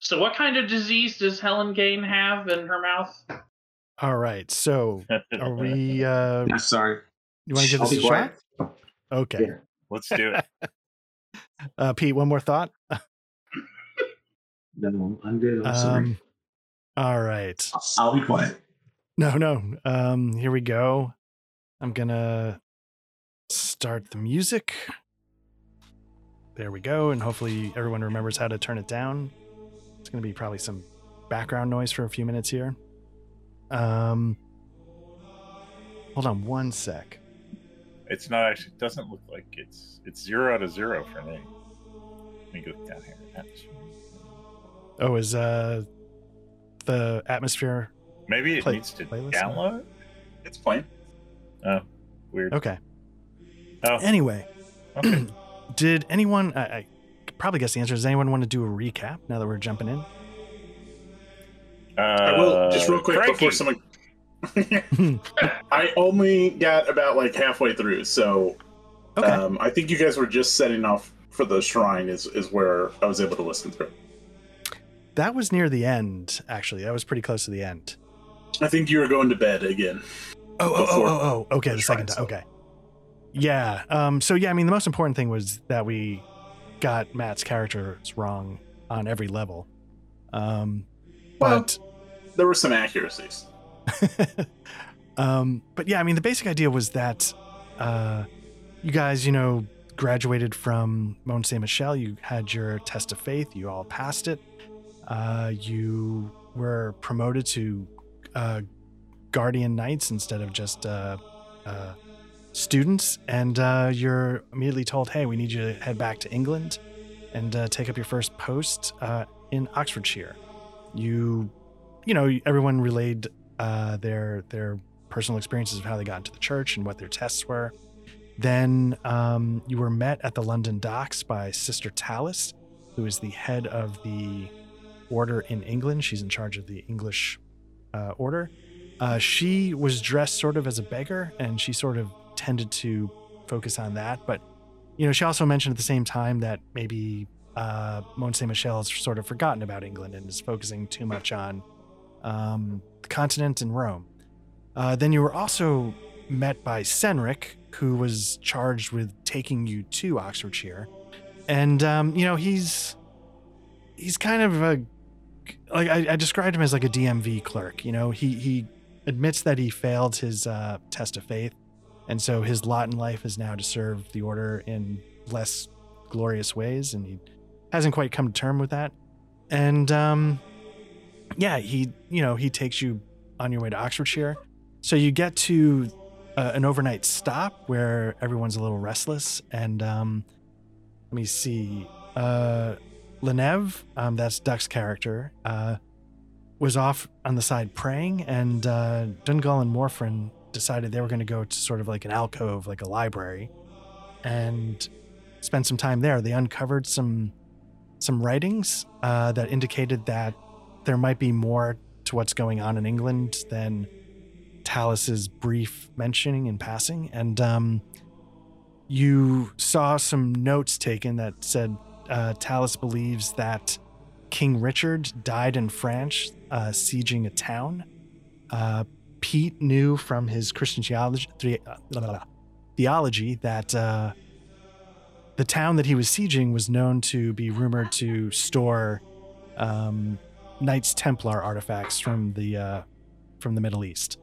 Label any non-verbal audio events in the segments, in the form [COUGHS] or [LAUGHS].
So, what kind of disease does Helen Kane have in her mouth? All right. So are we? [LAUGHS] Uh, I'm sorry. you want to give I'll this a be quiet. shot? Okay. Yeah. Let's do [LAUGHS] it. Uh, Pete, one more thought. No, I'm good. I'm sorry. Um, all right. I'll- I'll be quiet. No, no. Um, here we go. I'm gonna start the music. There we go, and hopefully everyone remembers how to turn it down. It's gonna be probably some background noise for a few minutes here. Um, hold on one sec. It's not actually. Doesn't look like it's. It's zero out of zero for me. Let me go down here. Atmosphere. Oh, is uh the atmosphere? Maybe it Play- needs to playlist? download. It's playing. Oh, weird. Okay. Oh, Anyway, [CLEARS THROAT] okay. did anyone? I, I could probably guess the answer. Does anyone want to do a recap now that we're jumping in? Uh, I will just real quick cranky. before someone. [LAUGHS] I only got about like halfway through, so Okay. um, I think you guys were just setting off for the shrine. Is is where I was able to listen through. That was near the end, actually. That was pretty close to the end. I think you were going to bed again. Oh, oh, Before- oh, oh, oh. Okay, the That's second right, time. so- Okay. Yeah. Um. So yeah, I mean, the most important thing was that we got Matt's characters wrong on every level. Um. Well- But There were some accuracies. [LAUGHS] um. But yeah, I mean, the basic idea was that, uh, you guys, you know, graduated from Mont Saint Michel. You had your test of faith. You all passed it. Uh, you were promoted to uh, guardian knights instead of just uh, uh, students, and uh, you're immediately told, "Hey, we need you to head back to England and uh, take up your first post uh, in Oxfordshire." You, you know, everyone relayed uh, their their personal experiences of how they got into the church and what their tests were. Then um, you were met at the London docks by Sister Tallis, who is the head of the order in England. She's in charge of the English uh, order. Uh, she was dressed sort of as a beggar, and she sort of tended to focus on that. But you know, she also mentioned at the same time that maybe uh, Mont Saint Michel has sort of forgotten about England and is focusing too much on um, the continent and Rome. Uh, then you were also met by Senric, who was charged with taking you to Oxfordshire, and um, you know he's he's kind of a like I, I described him as like a DMV clerk. You know, he he admits that he failed his uh, test of faith, and so his lot in life is now to serve the order in less glorious ways, and he hasn't quite come to term with that. And um, yeah, he you know he takes you on your way to Oxfordshire, so you get to uh, an overnight stop where everyone's a little restless, and um, let me see. Uh, Lenev, um, that's Duck's character, uh, was off on the side praying, and uh, Dungal and Morfrin decided they were going to go to sort of like an alcove, like a library, and spend some time there. They uncovered some some writings uh, that indicated that there might be more to what's going on in England than Talis's brief mentioning in passing, and um, you saw some notes taken that said uh, Talus believes that King Richard died in France, uh, sieging a town. Uh, Pete knew from his Christian theology, thre- uh, blah, blah, blah, theology that uh, the town that he was sieging was known to be rumored to store um, Knights Templar artifacts from the uh, from the Middle East.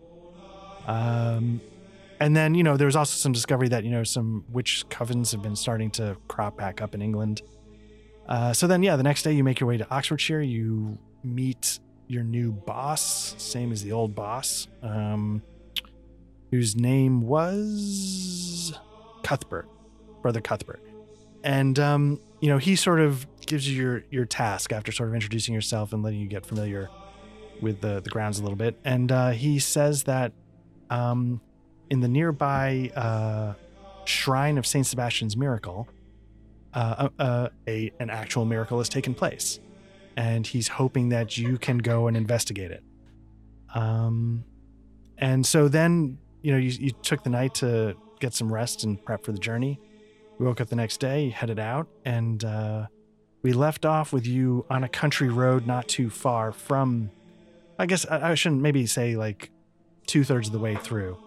Um, and then, you know, there was also some discovery that, you know, some witch covens have been starting to crop back up in England. Uh, so then, yeah, the next day you make your way to Oxfordshire. You meet your new boss, same as the old boss, um, whose name was Cuthbert, Brother Cuthbert. And, um, you know, he sort of gives you your, your task after sort of introducing yourself and letting you get familiar with the, the grounds a little bit. And uh, he says that um, in the nearby uh, shrine of Saint Sebastian's miracle, uh, uh, a an actual miracle has taken place, and he's hoping that you can go and investigate it. Um, and so then you know you, you took the night to get some rest and prep for the journey. We woke up the next day, headed out, and uh, we left off with you on a country road not too far from, I guess I, I shouldn't maybe say like two thirds of the way through.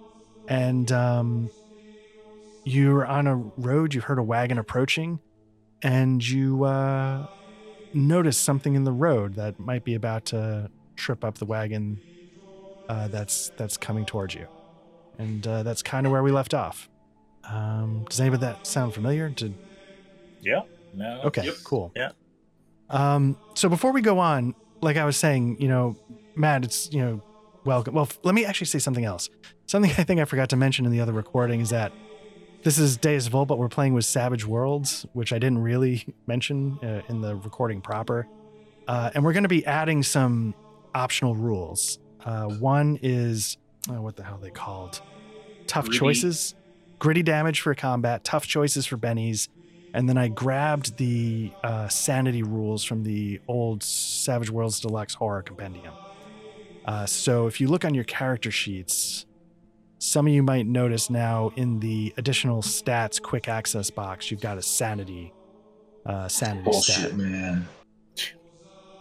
And um, you were on a road, you heard a wagon approaching, and you uh, noticed something in the road that might be about to trip up the wagon uh, that's that's coming towards you. And uh, that's kind of where we left off. Um, does anybody that sound familiar? Did Yeah. No. Okay, Yep. cool. Yeah. Um, so before we go on, like I was saying, you know, Matt, it's, you know, welcome. Well, f- let me actually say something else. Something I think I forgot to mention in the other recording is that this is Days of Old, but we're playing with Savage Worlds, which I didn't really mention uh, in the recording proper. Uh, and we're going to be adding some optional rules. Uh, one is, oh, what the hell are they called? Tough Gritty. choices, gritty damage for combat, tough choices for bennies, and then I grabbed the uh, sanity rules from the old Savage Worlds Deluxe Horror Compendium. Uh, so if you look on your character sheets, some of you might notice now in the additional stats quick access box, you've got a sanity, uh, sanity Bullshit, stat. man.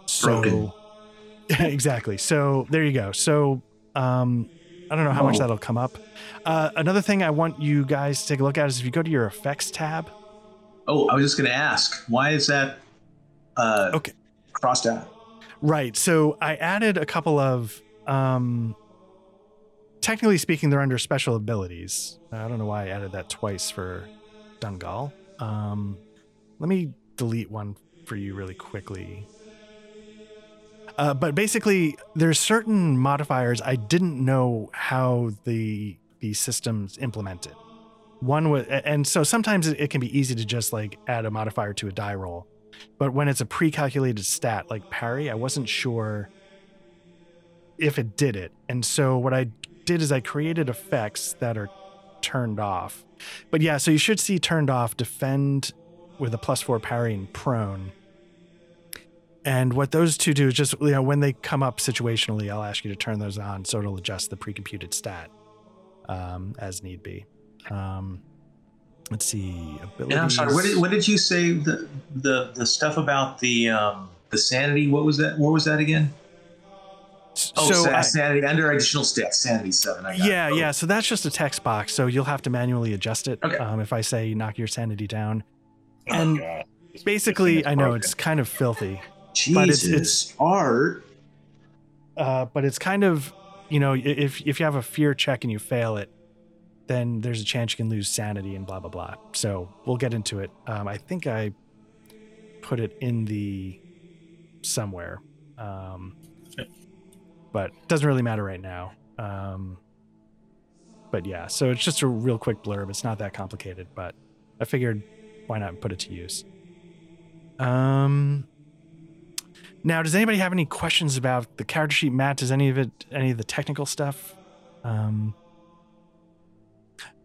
So [LAUGHS] exactly. So there you go. So um, I don't know how much Oh. that'll come up. Uh, another thing I want you guys to take a look at is if you go to your effects tab, Oh, I was just gonna ask, why is that uh Okay. crossed out? Right. So I added a couple of, um, technically speaking, they're under special abilities. I don't know why I added that twice for Dungal. Um, let me delete one for you really quickly. Uh, but basically, there's certain modifiers I didn't know how the the systems implemented. One was, and so sometimes it, it can be easy to just like add a modifier to a die roll but when it's a pre-calculated stat like parry i wasn't sure if it did it and so what i did is i created effects that are turned off but yeah so you should see turned off defend with a plus four parry and prone and what those two do is just you know when they come up situationally i'll ask you to turn those on so it'll adjust the pre-computed stat um, as need be um, let's see abilities. Yeah, I'm sorry. What did, what did you say the the the stuff about the um the sanity? What was that? What was that again? Oh, so sa- I- sanity under additional stats. Sanity seven. I got it. yeah, Oh, yeah. So that's just a text box. So you'll have to manually adjust it. Okay. Um, if I say knock your sanity down, Oh, And God. This- this thing basically, is I know broken. it's kind of filthy, Oh, Jesus, But it's- art. uh, but it's kind of, you know, i- if if you have a fear check and you fail it, then there's a chance you can lose sanity and blah blah blah. So we'll get into it. Um, I think I put it in the somewhere, um, but doesn't really matter right now. Um, but yeah, so it's just a real quick blurb. It's not that complicated, but I figured why not put it to use. Um. Now, does anybody have any questions about the character sheet, Matt? Does any of it, any of the technical stuff? Um,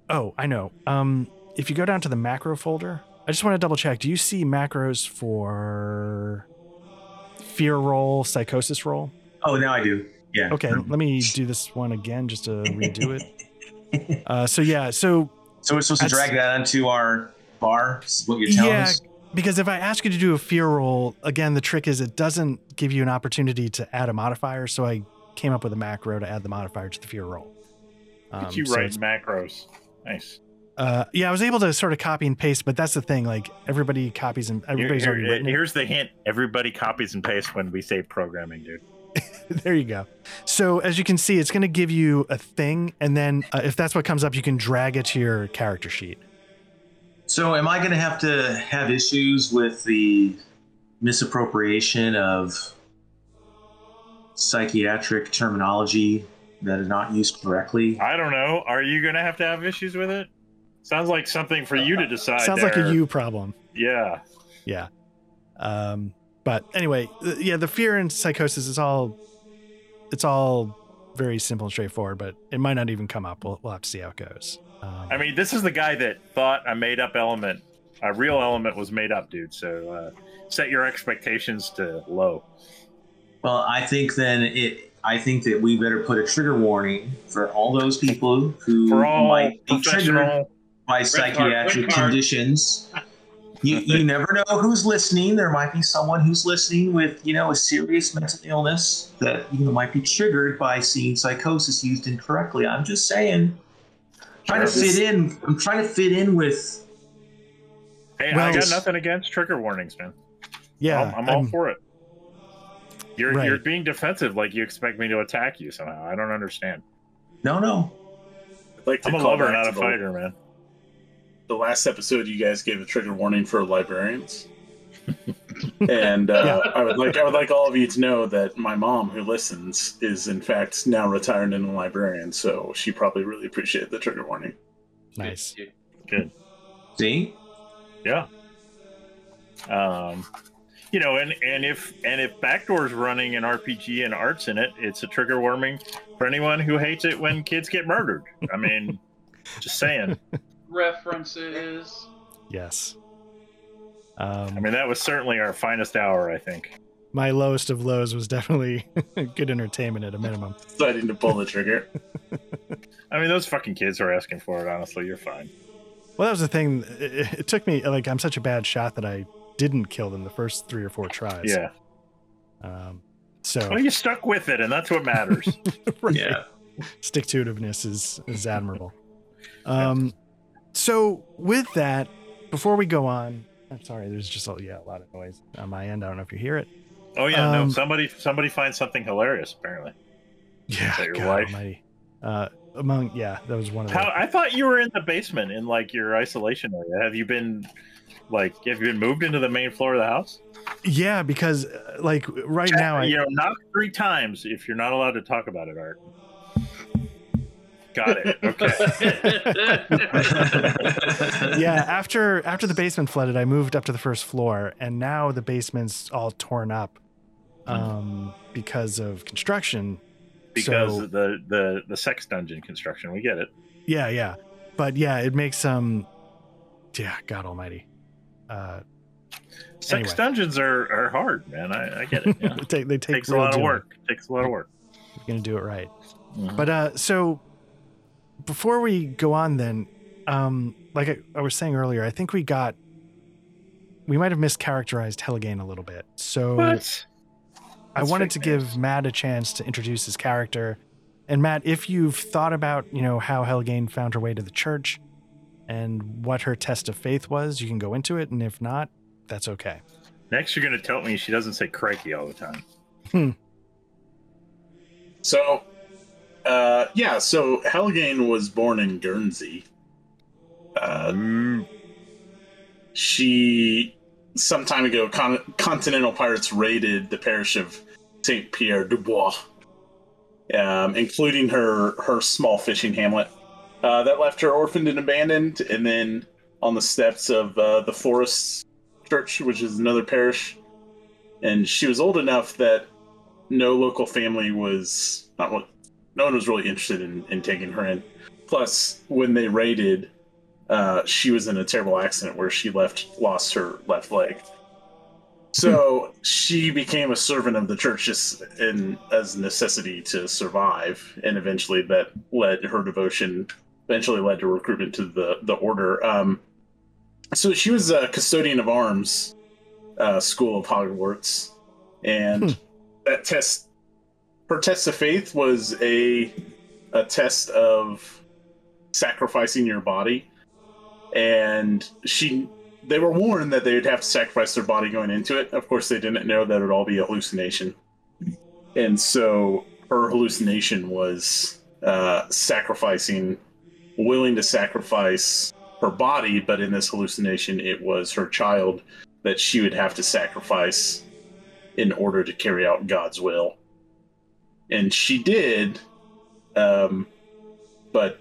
oh, I know. Um, if you go down to the macro folder, I just want to double check. Do you see macros for fear roll, psychosis roll? Oh, now I do. Yeah. Okay, let me do this one again just to redo it. Uh, so yeah, so [LAUGHS] So we're supposed to That's- drag that onto our bar. Is what you're telling Yeah. us? because if I ask you to do a fear roll, again, the trick is it doesn't give you an opportunity to add a modifier. So I came up with a macro to add the modifier to the fear roll. Um, Did you so write it's- macros? Nice. uh, yeah, I was able to sort of copy and paste, but that's the thing. Like everybody copies and Here- everybody's here- already written. it. here's the hint: everybody copies and pastes when we say programming, dude. [LAUGHS] there you go. So as you can see, it's going to give you a thing, and then uh, if that's what comes up, you can drag it to your character sheet. So am I going to have to have issues with the misappropriation of psychiatric terminology that is not used correctly? I don't know. Are you gonna have to have issues with it? Sounds like something for you to decide. Uh, Sounds like a there. you problem. Yeah. Yeah. Um, but anyway, th- yeah, the fear and psychosis is all, it's all very simple and straightforward, but it might not even come up. We'll, we'll have to see how it goes. Um, I mean, this is the guy that thought a made up element, a real element was made up, dude. So uh, set your expectations to low. Well, I think then it. I think that we better put a trigger warning for all those people who For all might be triggered professional, card, by red psychiatric card. conditions [LAUGHS] You, you never know who's listening. There might be someone who's listening with, you know, a serious mental illness that you know might be triggered by seeing psychosis used incorrectly. I'm just saying. Trying to Sure. fit in. I'm trying to fit in with. Hey, Well, I got it's- nothing against trigger warnings, man. Yeah, I'm, I'm all for it. You're Right. you're being defensive, like you expect me to attack you somehow. I don't understand. No, no. Like to I'm a call lover, back not to a the- fighter, man. The last episode, you guys gave a trigger warning for librarians, [LAUGHS] and uh, I would like I would like all of you to know that my mom, who listens, is in fact now retired and a librarian, so she probably really appreciated the trigger warning. nice. See, Yeah. Um, you know, and and if and if backdoor's running an RPG and arts in it, it's a trigger warning for anyone who hates it when kids get murdered. I mean, just saying. [LAUGHS] References. Yes. Um, I mean, that was certainly our finest hour, I think. my lowest of lows was definitely [LAUGHS] good entertainment at a minimum. Deciding to pull the trigger. [LAUGHS] I mean, those fucking kids are asking for it. Honestly, you're fine. Well, that was the thing. It, it took me like I'm such a bad shot that I didn't kill them the first three or four tries. Yeah. Um, so Well, you stuck with it, and that's what matters. [LAUGHS] right. yeah. stick to itiveness is [LAUGHS] is admirable. Um, so with that, before we go on, I'm sorry, there's just a, yeah a lot of noise on my end. I don't know if you hear it. Oh yeah, Um, no. Somebody somebody finds something hilarious. Apparently, Yeah, that your wife? almighty. Uh, among yeah, that was one of the. how I thought you were in the basement in like your isolation area. Have you been like have you been moved into the main floor of the house? yeah, because uh, like right now, I, you know, knock three times if you're not allowed to talk about it, Art. [LAUGHS] Got it. [LAUGHS] Okay. yeah, after after the basement flooded, I moved up to the first floor, and now the basement's all torn up, um, because of construction. Because So- of the the the sex dungeon construction, we get it. Yeah, yeah. But yeah, it makes um yeah, God almighty. Uh Sex Anyway. dungeons are are hard, man. I, I get it. [LAUGHS] Yeah. they take they take takes a real lot of doing. work. Takes a lot of work. You're gonna do it right. Mhm. But uh so before we go on then, um like I, I was saying earlier, I think we got we might have mischaracterized Helligane a little bit. So What? I That's wanted to fake give Matt a chance to introduce his character. And Matt, if you've thought about, you know, how Helgane found her way to the church and what her test of faith was, you can go into it, and if not, that's okay. Next, you're gonna tell me she doesn't say crikey all the time. So, uh, yeah, so Helgane was born in Guernsey. Uh, Mm, she, some time ago, con- Continental Pirates raided the parish of Saint Pierre du Bois, um, including her her small fishing hamlet. Uh, that left her orphaned and abandoned, and then on the steps of uh, the Forest Church, which is another parish. And she was old enough that no local family was not what no one was really interested in, in taking her in. Plus, when they raided, uh, she was in a terrible accident where she left lost her left leg. So she became a servant of the church just in as a necessity to survive, and eventually that led her devotion eventually led to recruitment to the the order. Um, so she was a custodian of arms, uh, school of Hogwarts, and Hmm. that test, her test of faith was a a test of sacrificing your body, and she they were warned that they would have to sacrifice their body going into it. Of course, they didn't know that it would all be a hallucination, and so her hallucination was uh, sacrificing willing to sacrifice her body, but in this hallucination, it was her child that she would have to sacrifice in order to carry out God's will. And she did, um, but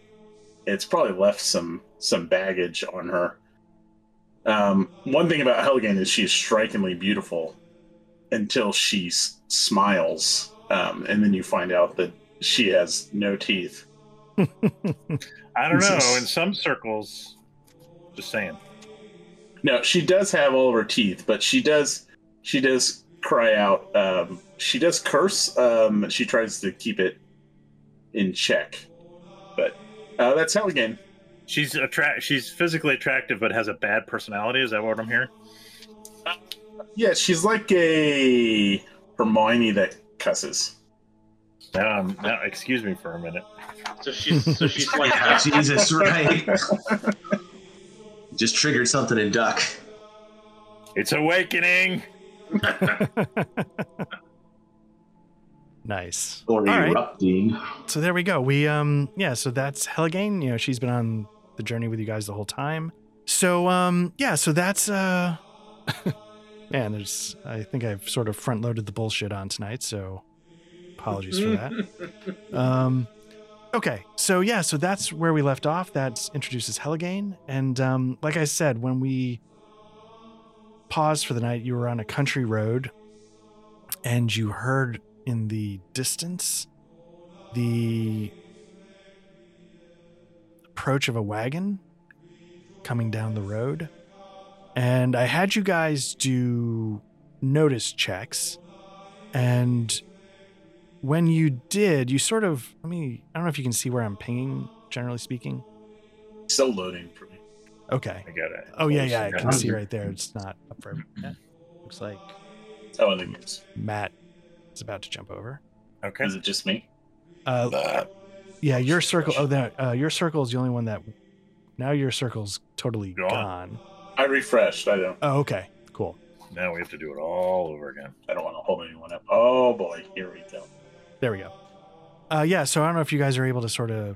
it's probably left some some baggage on her. Um, one thing about Helgen is she is strikingly beautiful until she s- smiles, um, and then you find out that she has no teeth. I don't know. Jesus. In some circles, just saying. No, she does have all of her teeth, but she does she does cry out. Um, she does curse. Um, she tries to keep it in check, but uh, that's Helligan. She's attract. She's physically attractive, but has a bad personality. Is that what I'm hearing? Yeah, she's like a Hermione that cusses. Um, no, excuse me for a minute. So she's so she's [LAUGHS] like Yeah, Ah, [LAUGHS] Jesus, right? Just triggered something in Duck. It's awakening. nice. Or All right. erupting. So there we go. We um yeah, so that's Helligane. You know, she's been on the journey with you guys the whole time. So um yeah, so that's uh [LAUGHS] man, there's I think I've sort of front loaded the bullshit on tonight, so apologies Mm-hmm. for that. Um, okay, so yeah, so that's where we left off. That introduces Helligane, and um, like I said, when we paused for the night, you were on a country road, and you heard in the distance the approach of a wagon coming down the road, and I had you guys do notice checks, and when you did, you sort of, let me, I don't know if you can see where I'm pinging, generally speaking. Still loading for me. Okay. I got it. Oh, yeah, yeah, I can see right there. It's not up for everyone yet. Looks like Oh, and then it's- Matt is about to jump over. Okay. is it just me? Uh, Uh, yeah, your circle, oh, that, uh, your circle is the only one that, now your circle's totally Gone. gone. I refreshed. I don't. Oh, okay, cool. now we have to do it all over again. I don't want to hold anyone up. Oh boy, here we go. There we go. Uh, yeah, so I don't know if you guys are able to sort of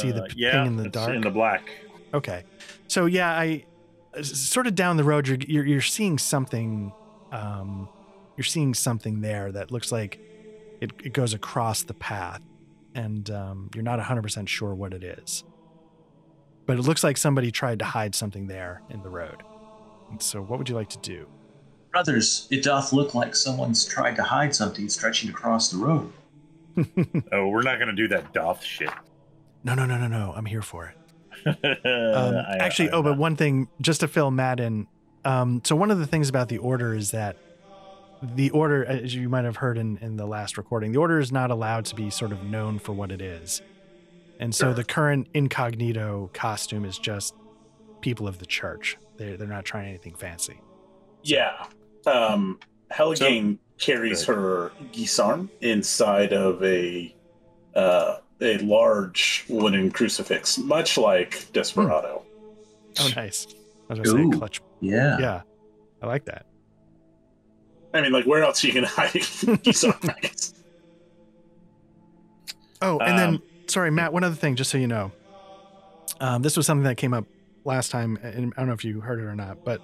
see the Uh, p- yeah, ping in the it's dark. in the black. Okay. So yeah, I s- sort of down the road you're you're, you're seeing something um you're seeing something there that looks like it, it goes across the path and um, you're not 100% sure what it is. But it looks like somebody tried to hide something there in the road. And so what would you like to do? Brothers, it doth look like someone's tried to hide something stretching across the road. Oh, we're not gonna do that doth shit. No, no, no, no, no. I'm here for it. [LAUGHS] um, I- actually, I- oh, but one thing just to fill Matt in. Um, so one of the things about the order is that the order, as you might have heard in, in the last recording, the order is not allowed to be sort of known for what it is. And so the current incognito costume is just people of the church. They're, they're not trying anything fancy. Yeah. Um, Helgane carries Good. her Gisarn inside of a uh, a large wooden crucifix, much like Desperado. Oh, nice. I was going to say Ooh. clutch. Yeah. Yeah, I like that. Hmm. I mean, like, where else you [LAUGHS] can [LAUGHS] hide Gisarn? I guess. Oh, and Um, then sorry, Matt. One other thing, just so you know, um, this was something that came up last time, and I don't know if you heard it or not, but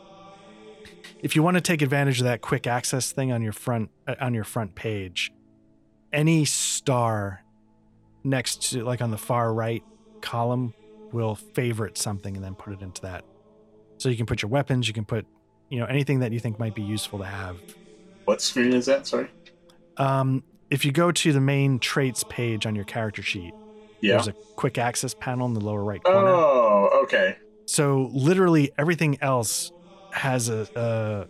if you want to take advantage of that quick access thing on your front uh, on your front page, any star next to like on the far right column will favorite something and then put it into that. So you can put your weapons, you can put you know anything that you think might be useful to have What screen is that? Sorry. um, if you go to the main traits page on your character sheet, Yeah. there's a quick access panel in the lower right corner. Oh, okay. So literally everything else has a, a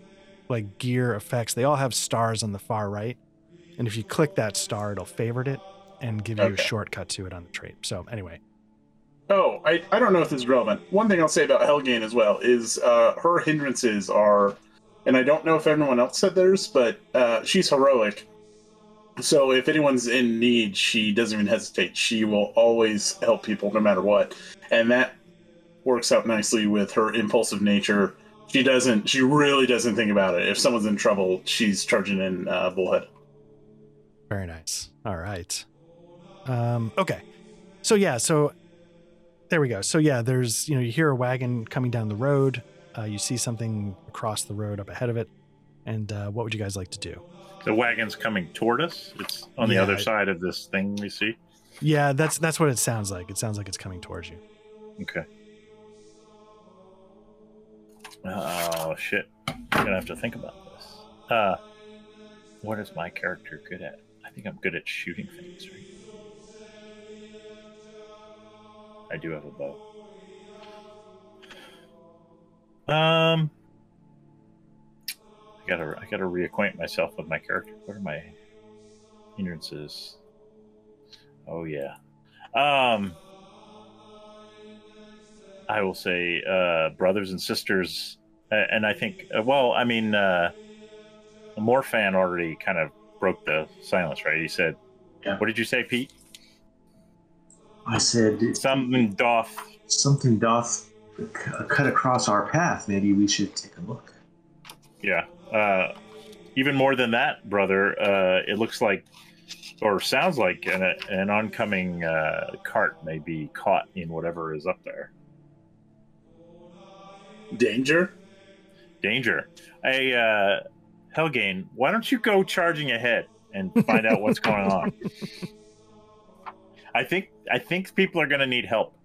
like gear effects. They all have stars on the far right, and if you click that star, it'll favorite it and give you a Okay. shortcut to it on the trait. So anyway, Oh, I, I don't know if this is relevant. One thing I'll say about Helgane as well is uh, her hindrances are, and I don't know if everyone else said theirs, but uh, she's heroic. So if anyone's in need, she doesn't even hesitate. She will always help people no matter what. And that works out nicely with her impulsive nature. She doesn't, she really doesn't think about it. If someone's in trouble, she's charging in uh, bullhead. very nice. All right. Um, okay. So yeah, so there we go. So yeah, there's you know you hear a wagon coming down the road. Uh, you see something across the road up ahead of it. And uh, what would you guys like to do? the wagon's coming toward us. It's on the Yeah, other I- side of this thing we see. Yeah, that's that's what it sounds like. It sounds like it's coming towards you. Okay. Oh shit! I'm gonna have to think about this. Uh, what is my character good at? I think I'm good at shooting things. Right? I do have a bow. Um, I gotta I gotta reacquaint myself with my character. What are my hindrances? Oh yeah. Um. I will say, uh, brothers and sisters, uh, and I think, uh, well, I mean, uh, Morfan already kind of broke the silence, right? He said, Yeah. "What did you say, Pete? I said Something doth." something doth c- cut across our path. Maybe we should take a look. Yeah. Uh, even more than that, brother, uh, it looks like, or sounds like, an, an oncoming uh, cart may be caught in whatever is up there. Danger? danger. Hey, uh, Helgain, why don't you go charging ahead and find out what's going on? I think I think people are going to need help.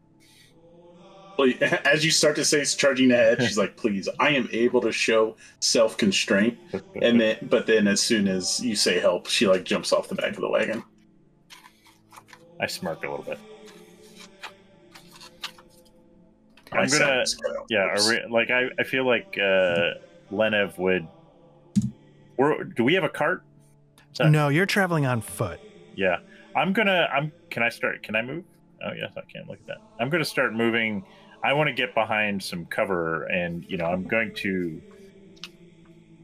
Well, [LAUGHS] As you start to say it's charging ahead, she's like, please, I am able to show self constraint. And then, but then as soon as you say help, she like jumps off the back of the wagon. I smirk a little bit. My I'm gonna, silence cut out. yeah. Are we, like I, I feel like uh, Lenev would. We're, do we have a cart? Sorry. No, you're traveling on foot. Yeah, I'm gonna. I'm. Can I start? Can I move? Oh yes, I can. Look at that. I'm gonna start moving. I want to get behind some cover, and you know, I'm going to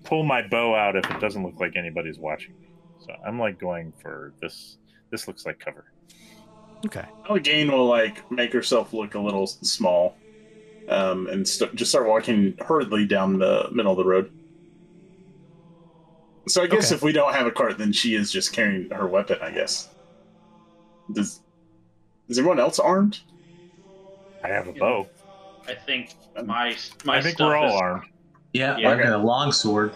pull my bow out if it doesn't look like anybody's watching me. So I'm like going for this. This looks like cover. Okay. Gain will like make herself look a little s- small, um, and st- just start walking hurriedly down the middle of the road. So I guess Okay. if we don't have a cart, then she is just carrying her weapon. I guess. Does is everyone else armed? I have a bow. I think my my I think stuff we're all is- armed. Yeah, Yeah, I've got a long sword.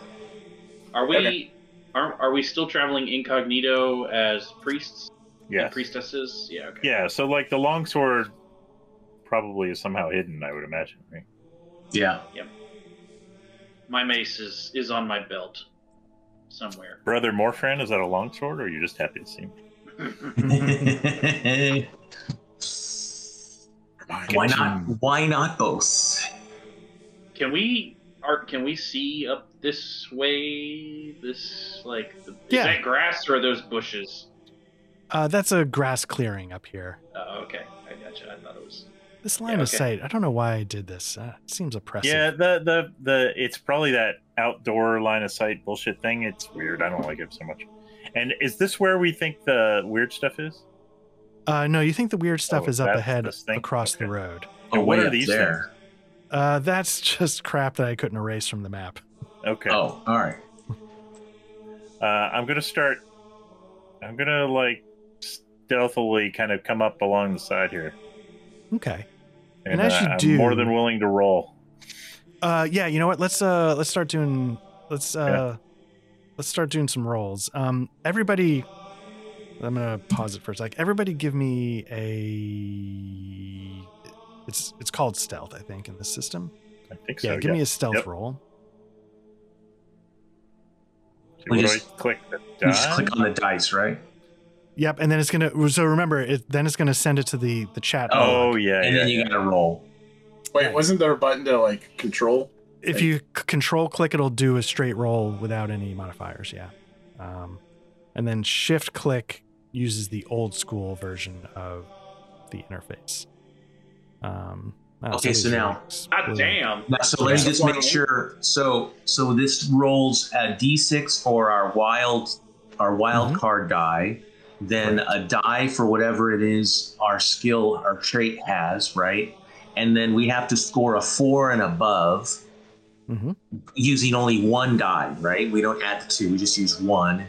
Are we Okay. are, are we still traveling incognito as priests Yeah. and priestesses? Yeah. Okay. Yeah. So like the longsword probably is somehow hidden. I would imagine. Right. [LAUGHS] Yeah. My mace is is on my belt somewhere. Brother Morfran, is that a longsword, or are you just happy to see me? Why not? Why not both? Can we are can we see up this way? This like the, Yeah. is that grass or are those bushes? Uh, that's a grass clearing up here. Oh, okay, I gotcha. I thought it was. This line Yeah, of okay. sight. I don't know why I did this. Uh, it seems oppressive. Yeah, the the the it's probably that outdoor line of sight bullshit thing. It's weird. I don't like it so much. And is this where we think the weird stuff is? Uh, no, you think the weird stuff Oh, is up that's ahead this thing? across the Okay. road. And Oh, what way are up these there? Uh, that's [LAUGHS] just crap that I couldn't erase from the map. Okay. Oh, all right. Uh, I'm gonna start. I'm gonna like stealthily kind of come up along the side here, Okay. and, And as uh, you I'm do- more than willing to roll. Uh, yeah. You know what? Let's uh, let's start doing. Let's uh, let's start doing some rolls. Um, everybody, I'm gonna pause it for a sec. Everybody, give me a. It's it's called stealth, I think, in this system. I think so. Yeah. Yeah. give me a stealth Yep. roll. What We do just- I click? The You just die? click on the dice, right? Yep. And then it's gonna. So remember, it then it's gonna send it to the the chat. Oh log. yeah. And yeah, then you yeah. gotta roll. Wait, wasn't there a button to like control? If you c- control click, it'll do a straight roll without any modifiers. Yeah. Um, and then shift click uses the old school version of the interface. Um, I don't know, Okay, so somebody's now- really God exploding. ah, damn! Now, so let me Yeah. just make sure. So, so this rolls a d6 for our wild, our wild Mhm. card die, then a die for whatever it is our skill, our trait has, right? And then we have to score a four and above Mhm. using only one die, right? We don't add the two; we just use one.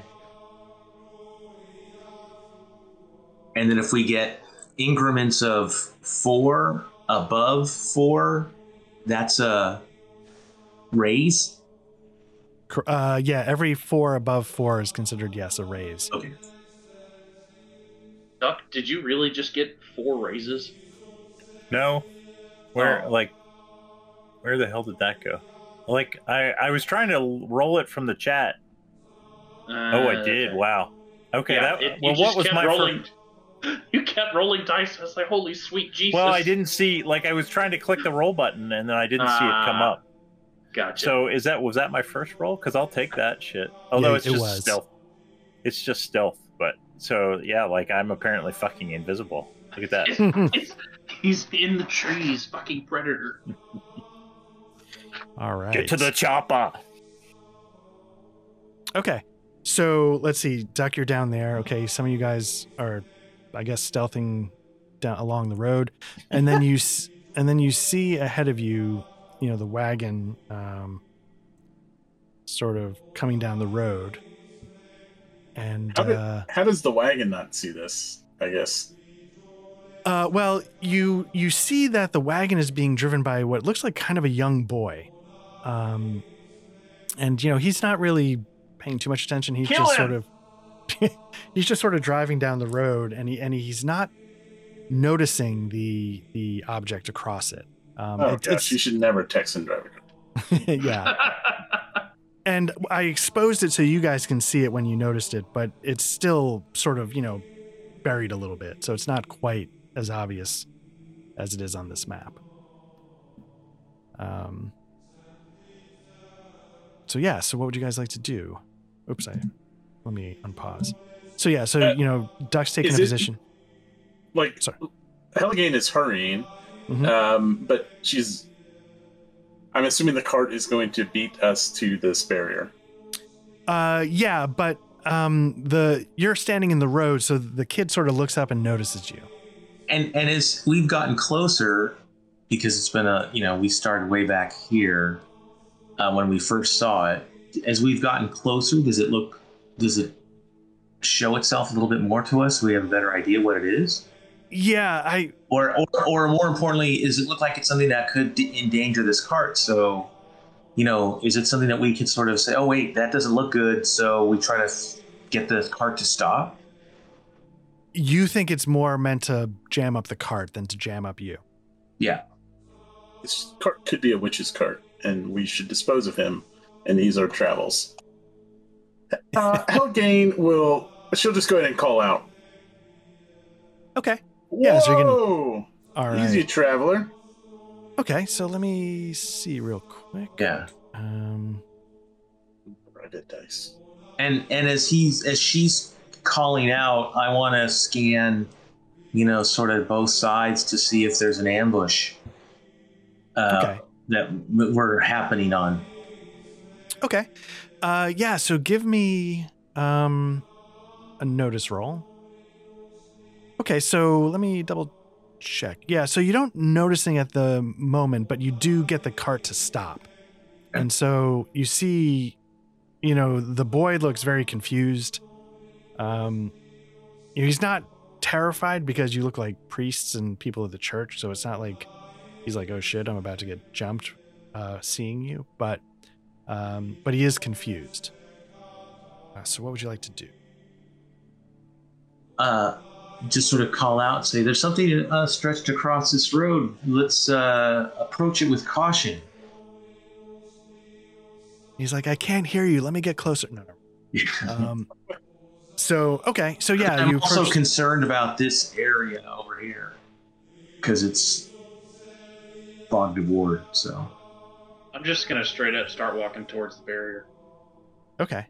And then if we get increments of four above four, that's a raise. Cor- Uh, yeah, every four above four is considered yes a raise. Okay. Duck, did you really just get four raises? No. Where Oh. like where the hell did that go? Like I I was trying to roll it from the chat. Oh, I did. Wow. Okay, Uh, Yeah, that it- you well just what was kept my rolling? first, [LAUGHS] You kept rolling dice. I was like, holy sweet Jesus. Well, I didn't see like I was trying to click the roll button and then I didn't see it come Ah, up. Gotcha. So is that was that my first roll cuz I'll take that shit. Although Yeah, it's it just was. stealth. It's just stealth, but so yeah, like I'm apparently fucking invisible. Look at that. it's, it's, [LAUGHS] He's in the trees, fucking predator. [LAUGHS] [LAUGHS] All right. Get to the chopper. Okay. So let's see. Duck, you're down there. Okay. Some of you guys are, I guess, stealthing down along the road, and then you s- [LAUGHS] and then you see ahead of you, you know, the wagon, um, sort of coming down the road, and How did- uh, How does the wagon not see this? I guess. uh, well, you you see that the wagon is being driven by what looks like kind of a young boy, um, and you know he's not really paying too much attention. He's Kill just him. sort of [LAUGHS] he's just sort of driving down the road, and he and he's not noticing the the object across it. Um, Oh it- gosh, you should never text and drive. it's, [LAUGHS] yeah, and I exposed it so you guys can see it when you noticed it, but it's still sort of you know buried a little bit, so it's not quite as obvious as it is on this map. Um. So yeah, so what would you guys like to do? Oops, I let me unpause. So yeah, so Uh, you know, Duck's taking a is it- position. Like, Sorry. Helgane is hurrying, Mhm. um, but she's. I'm assuming the cart is going to beat us to this barrier. Uh, yeah, but um, the you're standing in the road, so the kid sort of looks up and notices you. and and as we've gotten closer because it's been a you know we started way back here uh, when we first saw it as we've gotten closer does it look does it show itself a little bit more to us we have a better idea what it is Yeah, I or or, or more importantly does it look like it's something that could d- endanger this cart so you know is it something that we could sort of say oh wait that doesn't look good so we try to f- get the cart to stop you think it's more meant to jam up the cart than to jam up you. This cart could be a witch's cart, and we should dispose of him. And these are [LAUGHS] travels. Uh, Helgane will. She'll just go ahead and call out. Okay. Yeah, so you're gonna- Whoa! All Easy, right. traveler. Okay, so let me see real quick. yeah Um, I did dice. and and as he's as she's calling out i want to scan you know sort of both sides to see if there's an ambush uh, okay. that w- we're happening on Okay. Uh, yeah. So give me um a notice roll. Okay. So let me double check. Yeah. So you don't noticing at the moment, but you do get the cart to stop, and so you see, you know, the boy looks very confused. Um, you know, he's not terrified because you look like priests and people of the church, so it's not like he's like, oh shit, I'm about to get jumped, uh, seeing you, but um, but he is confused. Uh, so, what would you like to do? uh just sort of call out say there's something uh, stretched across this road let's uh approach it with caution [LAUGHS] He's like, I can't hear you. Let me get closer. No, no. Um, so, okay. So, yeah, Mm-hmm. i'm you also approach- concerned about this area over here because it's bogged of ward so I'm just gonna straight up start walking towards the barrier. Okay.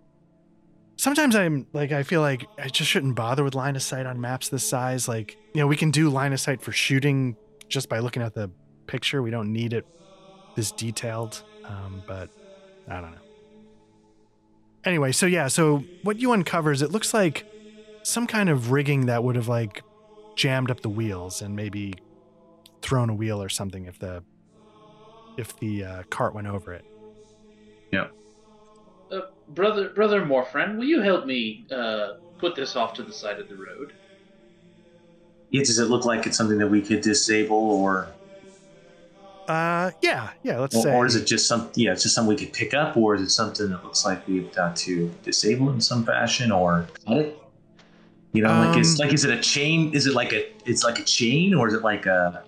Sometimes I'm like, I feel like I just shouldn't bother with line of sight on maps this size. Like, you know, we can do line of sight for shooting just by looking at the picture. We don't need it this detailed. Um, but I don't know. Anyway, so yeah, so what you uncover is it looks like some kind of rigging that would have like jammed up the wheels and maybe thrown a wheel or something if the if the uh, cart went over it. Uh, brother, brother Morfriend, will you help me uh, put this off to the side of the road? Yeah, does it look like it's something that we could disable, or Uh, yeah, yeah. Let's or, say or is it just some? Yeah, it's just something we could pick up, or is it something that looks like we've got to disable in some fashion, or cut it? You know, like Um, is like is it a chain? Is it like a it's like a chain, or is it like a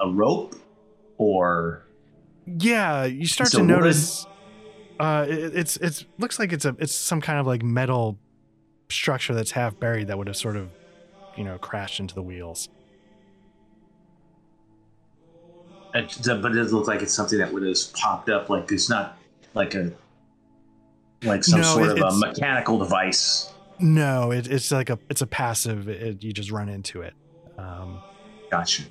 a rope, or Yeah, you start It's to a wood. notice. Uh, it, it's it's looks like it's a it's some kind of like metal structure that's half buried that would have sort of, you know, crashed into the wheels. it, but it does look like it's something that would have popped up? Like it's not like a like some No, sort it- of a it's- mechanical device. No, it, it's like a it's a passive. It, you just run into it. Um, Gotcha.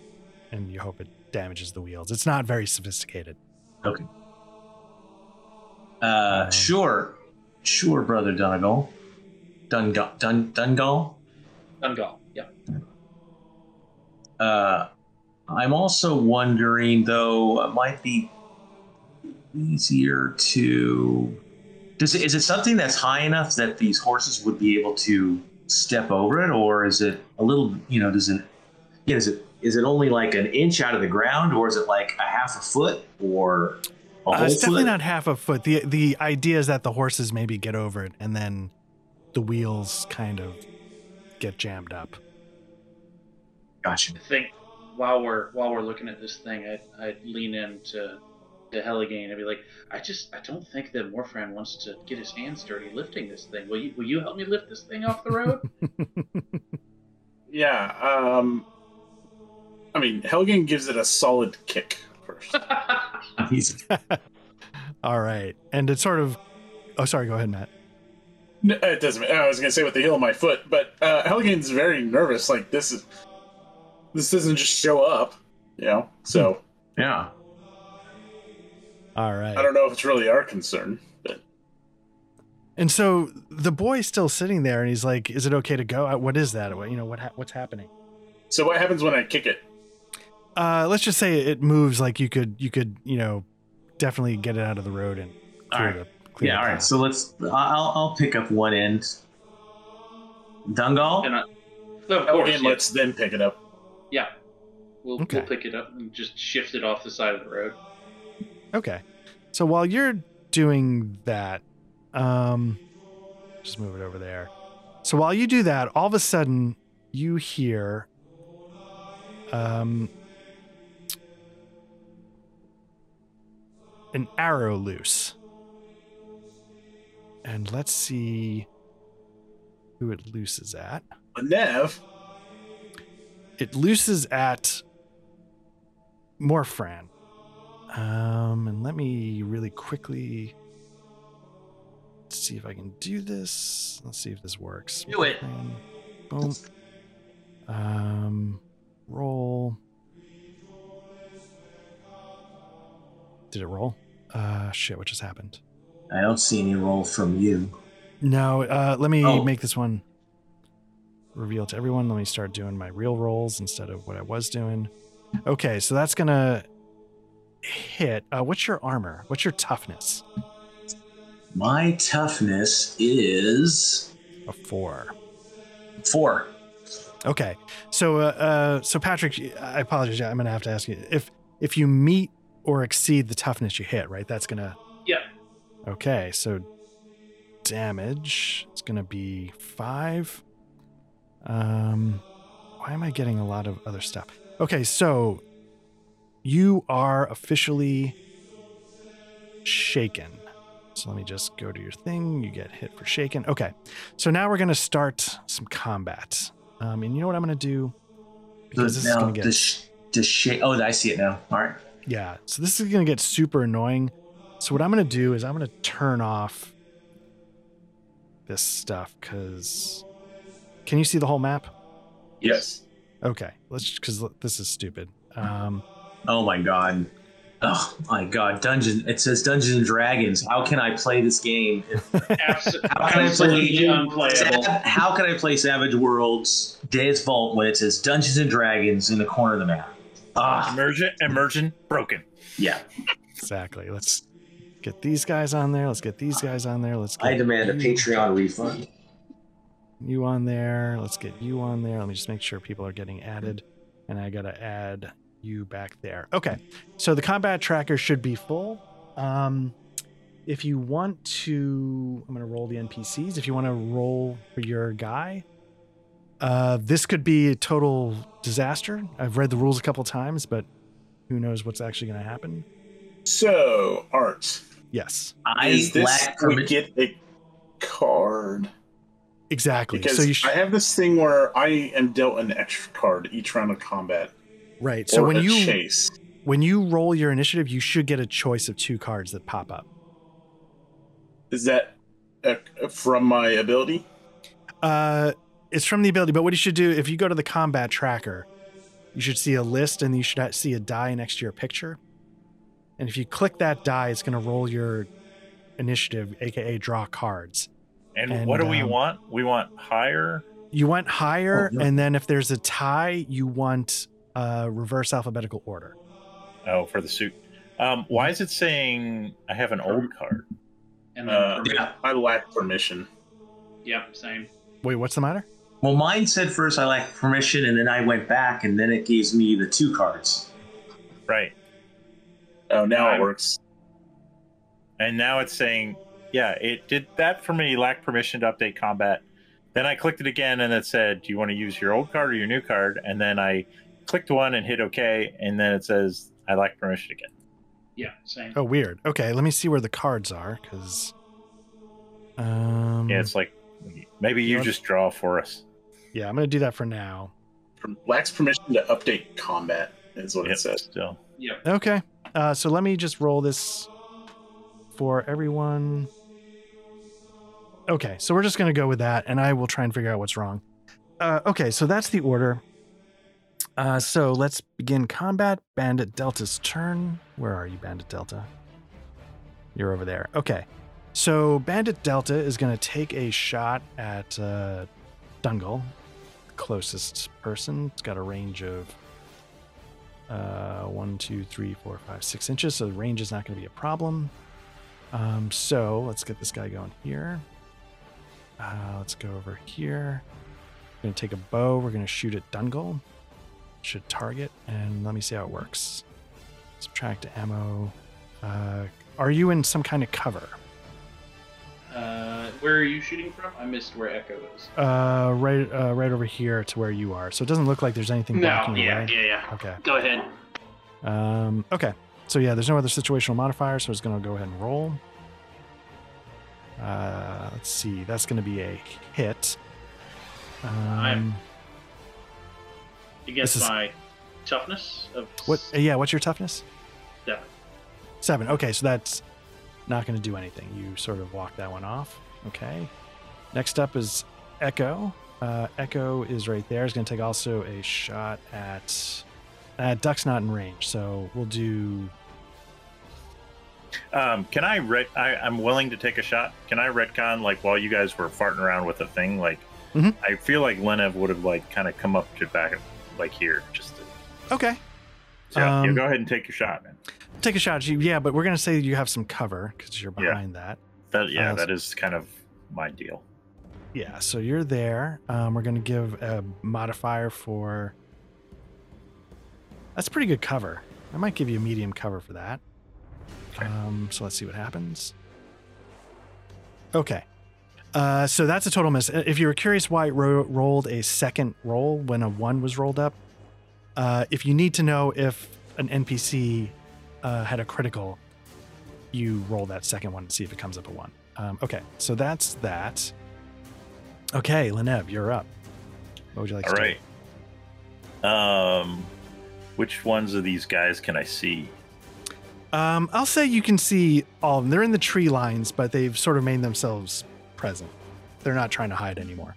and you hope it damages the wheels. It's not very sophisticated. Uh, Um, sure, sure, brother Donegal. Dungal, Dun Dungal. Dungal. Yeah. Uh, I'm also wondering, though, it might be easier to. Does it, is it something that's high enough that these horses would be able to step over it, or is it a little? You know, does it? Yeah, is it? Is it only like an inch out of the ground, or is it like a half a foot, or a Uh, whole it's foot? definitely not half a foot. the The idea is that the horses maybe get over it, and then the wheels kind of get jammed up. gotcha. [LAUGHS] I think while we're while we're looking at this thing, I'd, I'd lean in to to Helligane and be like, I just I don't think that Morfran wants to get his hands dirty lifting this thing. Will you will you help me lift this thing off the [LAUGHS] road? Yeah. Um, I mean, Helgen gives it a solid kick [LAUGHS] first. He's- All right, and it sort of. Oh, sorry. Go ahead, Matt. No, it doesn't. I was gonna say with the heel of my foot, but uh, Helgen's very nervous. Like this is this doesn't just show up, you know. So Hmm. yeah. All right. I don't know if it's really our concern. But And so the boy's still sitting there, and he's like, "Is it okay to go? Uh, What is that? What, you know, what ha- what's happening?" so what happens when I kick it? Uh, let's just say it moves. Like you could, you could, you know, definitely get it out of the road and All clear right. the. Clear Yeah, the all right. path. So let's. I'll I'll pick up one end. Dungal. and I, no, of Oh, course, Helgen yeah. lets them pick it up. yeah. We'll, Okay. we'll pick it up and just shift it off the side of the road. Okay. So while you're doing that, um, just move it over there. So while you do that, all of a sudden you hear, um, an arrow loose. And let's see who it looses at. But Nev, It looses at Morfran. Um, and let me really quickly see if I can do this. Let's see if this works. Do it. Morfran. Boom. Um, roll. Did it roll? Uh, shit, what just happened? I don't see any roll from you. No, uh, let me Oh. make this one reveal to everyone. Let me start doing my real rolls instead of what I was doing. Okay, so that's gonna hit. Uh, what's your armor? What's your toughness? My toughness is A four. four. Okay, so uh, uh, so Patrick, I apologize. I'm gonna have to ask you if if you meet or exceed the toughness you hit, right? That's gonna Yeah. Okay, so damage it's gonna be five. Um, why am I getting a lot of other stuff? Okay, so you are officially shaken. So let me just go to your thing. You get hit for shaken. Okay, so now we're gonna start some combat. Um, and you know what I'm gonna do because this is now gonna get the sh- the sh- Oh, I see it now. All right. yeah. So this is going to get super annoying. So what I'm going to do is I'm going to turn off this stuff cuz Can you see the whole map? yes, Okay. Let's cuz this is stupid. Um Oh my god. Oh my god. Dungeon. It says Dungeons and Dragons. How can I play [LAUGHS] this game? Abs- [LAUGHS] How can I play? absolutely unplayable. Sav- How can I play Savage Worlds Days Vault when it says Dungeons and Dragons in the corner of the map? Ah, Immersion, immersion, broken. yeah. exactly. Let's get these guys on there. Let's get these guys on there. Let's get I demand a you- Patreon refund. you on there. Let's get you on there. Let me just make sure people are getting added. And I got to add you back there. Okay. So the combat tracker should be full. Um, if you want to, I'm going to roll the NPCs. If you want to roll for your guy, uh, this could be a total disaster. I've read the rules a couple times, but who knows what's actually going to happen? So art Yes, I is this lack we permi- get a card exactly. because so you should, I have this thing where I am dealt an extra card each round of combat. right. So or when a you chase, when you roll your initiative, you should get a choice of two cards that pop up. is that uh, from my ability? Uh, it's from the ability, but what you should do if you go to the combat tracker, you should see a list and you should ha- see a die next to your picture. And if you click that die, it's going to roll your initiative, aka draw cards. And, And, what do we um, want? We want higher. You want higher, Oh, yeah. and then if there's a tie, you want uh, reverse alphabetical order. Oh, for the suit. Um, why is it saying I have an old card? And then Uh, permit- Yeah. I lack permission. yeah, same. Wait, what's the matter? Well, mine said first I lack permission, and then I went back, and then it gives me the two cards. Right. Oh, now I'm- it works. And now it's saying, yeah, it did that for me, lack permission to update combat. Then I clicked it again and it said, do you want to use your old card or your new card? And then I clicked one and hit OK. And then it says, I lack permission again. Yeah, same. Oh, weird. Okay, let me see where the cards are, because um, Hmm. Yeah, it's like, maybe you Yeah. just draw for us. yeah, I'm gonna do that for now. Per- Lacks permission to update combat is what Yep, it says. still. Yep. Okay, uh, so let me just roll this for everyone. Okay, so we're just gonna go with that, and I will try and figure out what's wrong. Uh, okay, so that's the order. Uh, so let's begin combat. Bandit Delta's turn. Where are you, Bandit Delta? You're over there. Okay. So Bandit Delta is going to take a shot at uh, Dungle, closest person. It's got a range of uh, one, two, three, four, five, six inches. So the range is not going to be a problem. Um, so let's get this guy going here. Uh, let's go over here. We're going to take a bow. We're going to shoot at Dungle. Should target. And let me see how it works. Subtract ammo. Uh, are you in some kind of cover? Uh, where are you shooting from? I missed where Echo is. Uh, right, uh, right over here to where you are. So it doesn't look like there's anything blocking you, right? yeah, yeah. Okay. Go ahead. Um, okay. So yeah, there's no other situational modifier, so it's going to go ahead and roll. Uh, let's see. That's going to be a hit. Um, Against This is- my toughness of what? Yeah. What's your toughness? Seven. Seven. Okay, so that's not going to do anything. You sort of walk that one off. Okay. Next up is Echo. Uh, Echo is right there. Is going to take also a shot at. Uh, Duck's not in range, so we'll do. Um, can I, re- I? I'm willing to take a shot. Can I retcon like while you guys were farting around with the thing? Like, Mhm. Mm-hmm. I feel like Lenev would have like kind of come up to back like here just to. Okay. So yeah, Um, go ahead and take your shot, man. Take a shot at you. Yeah, but we're going to say you have some cover because you're Yeah. behind that. That yeah, uh, that is kind of my deal. Yeah, so you're there. Um, we're going to give a modifier for. That's pretty good cover. I might give you a medium cover for that. Okay. Um, so let's see what happens. Okay. Uh, so that's a total miss. If you were curious why it ro- rolled a second roll when a one was rolled up, uh, if you need to know if an NPC uh, had a critical, you roll that second one to see if it comes up a one. Um, okay, so that's that. Okay, Lenev, you're up. What would you like All to right. Um, which ones of these guys can I see? do? Um, I'll say you can see all of them. They're in the tree lines, but they've sort of made themselves present. They're not trying to hide anymore.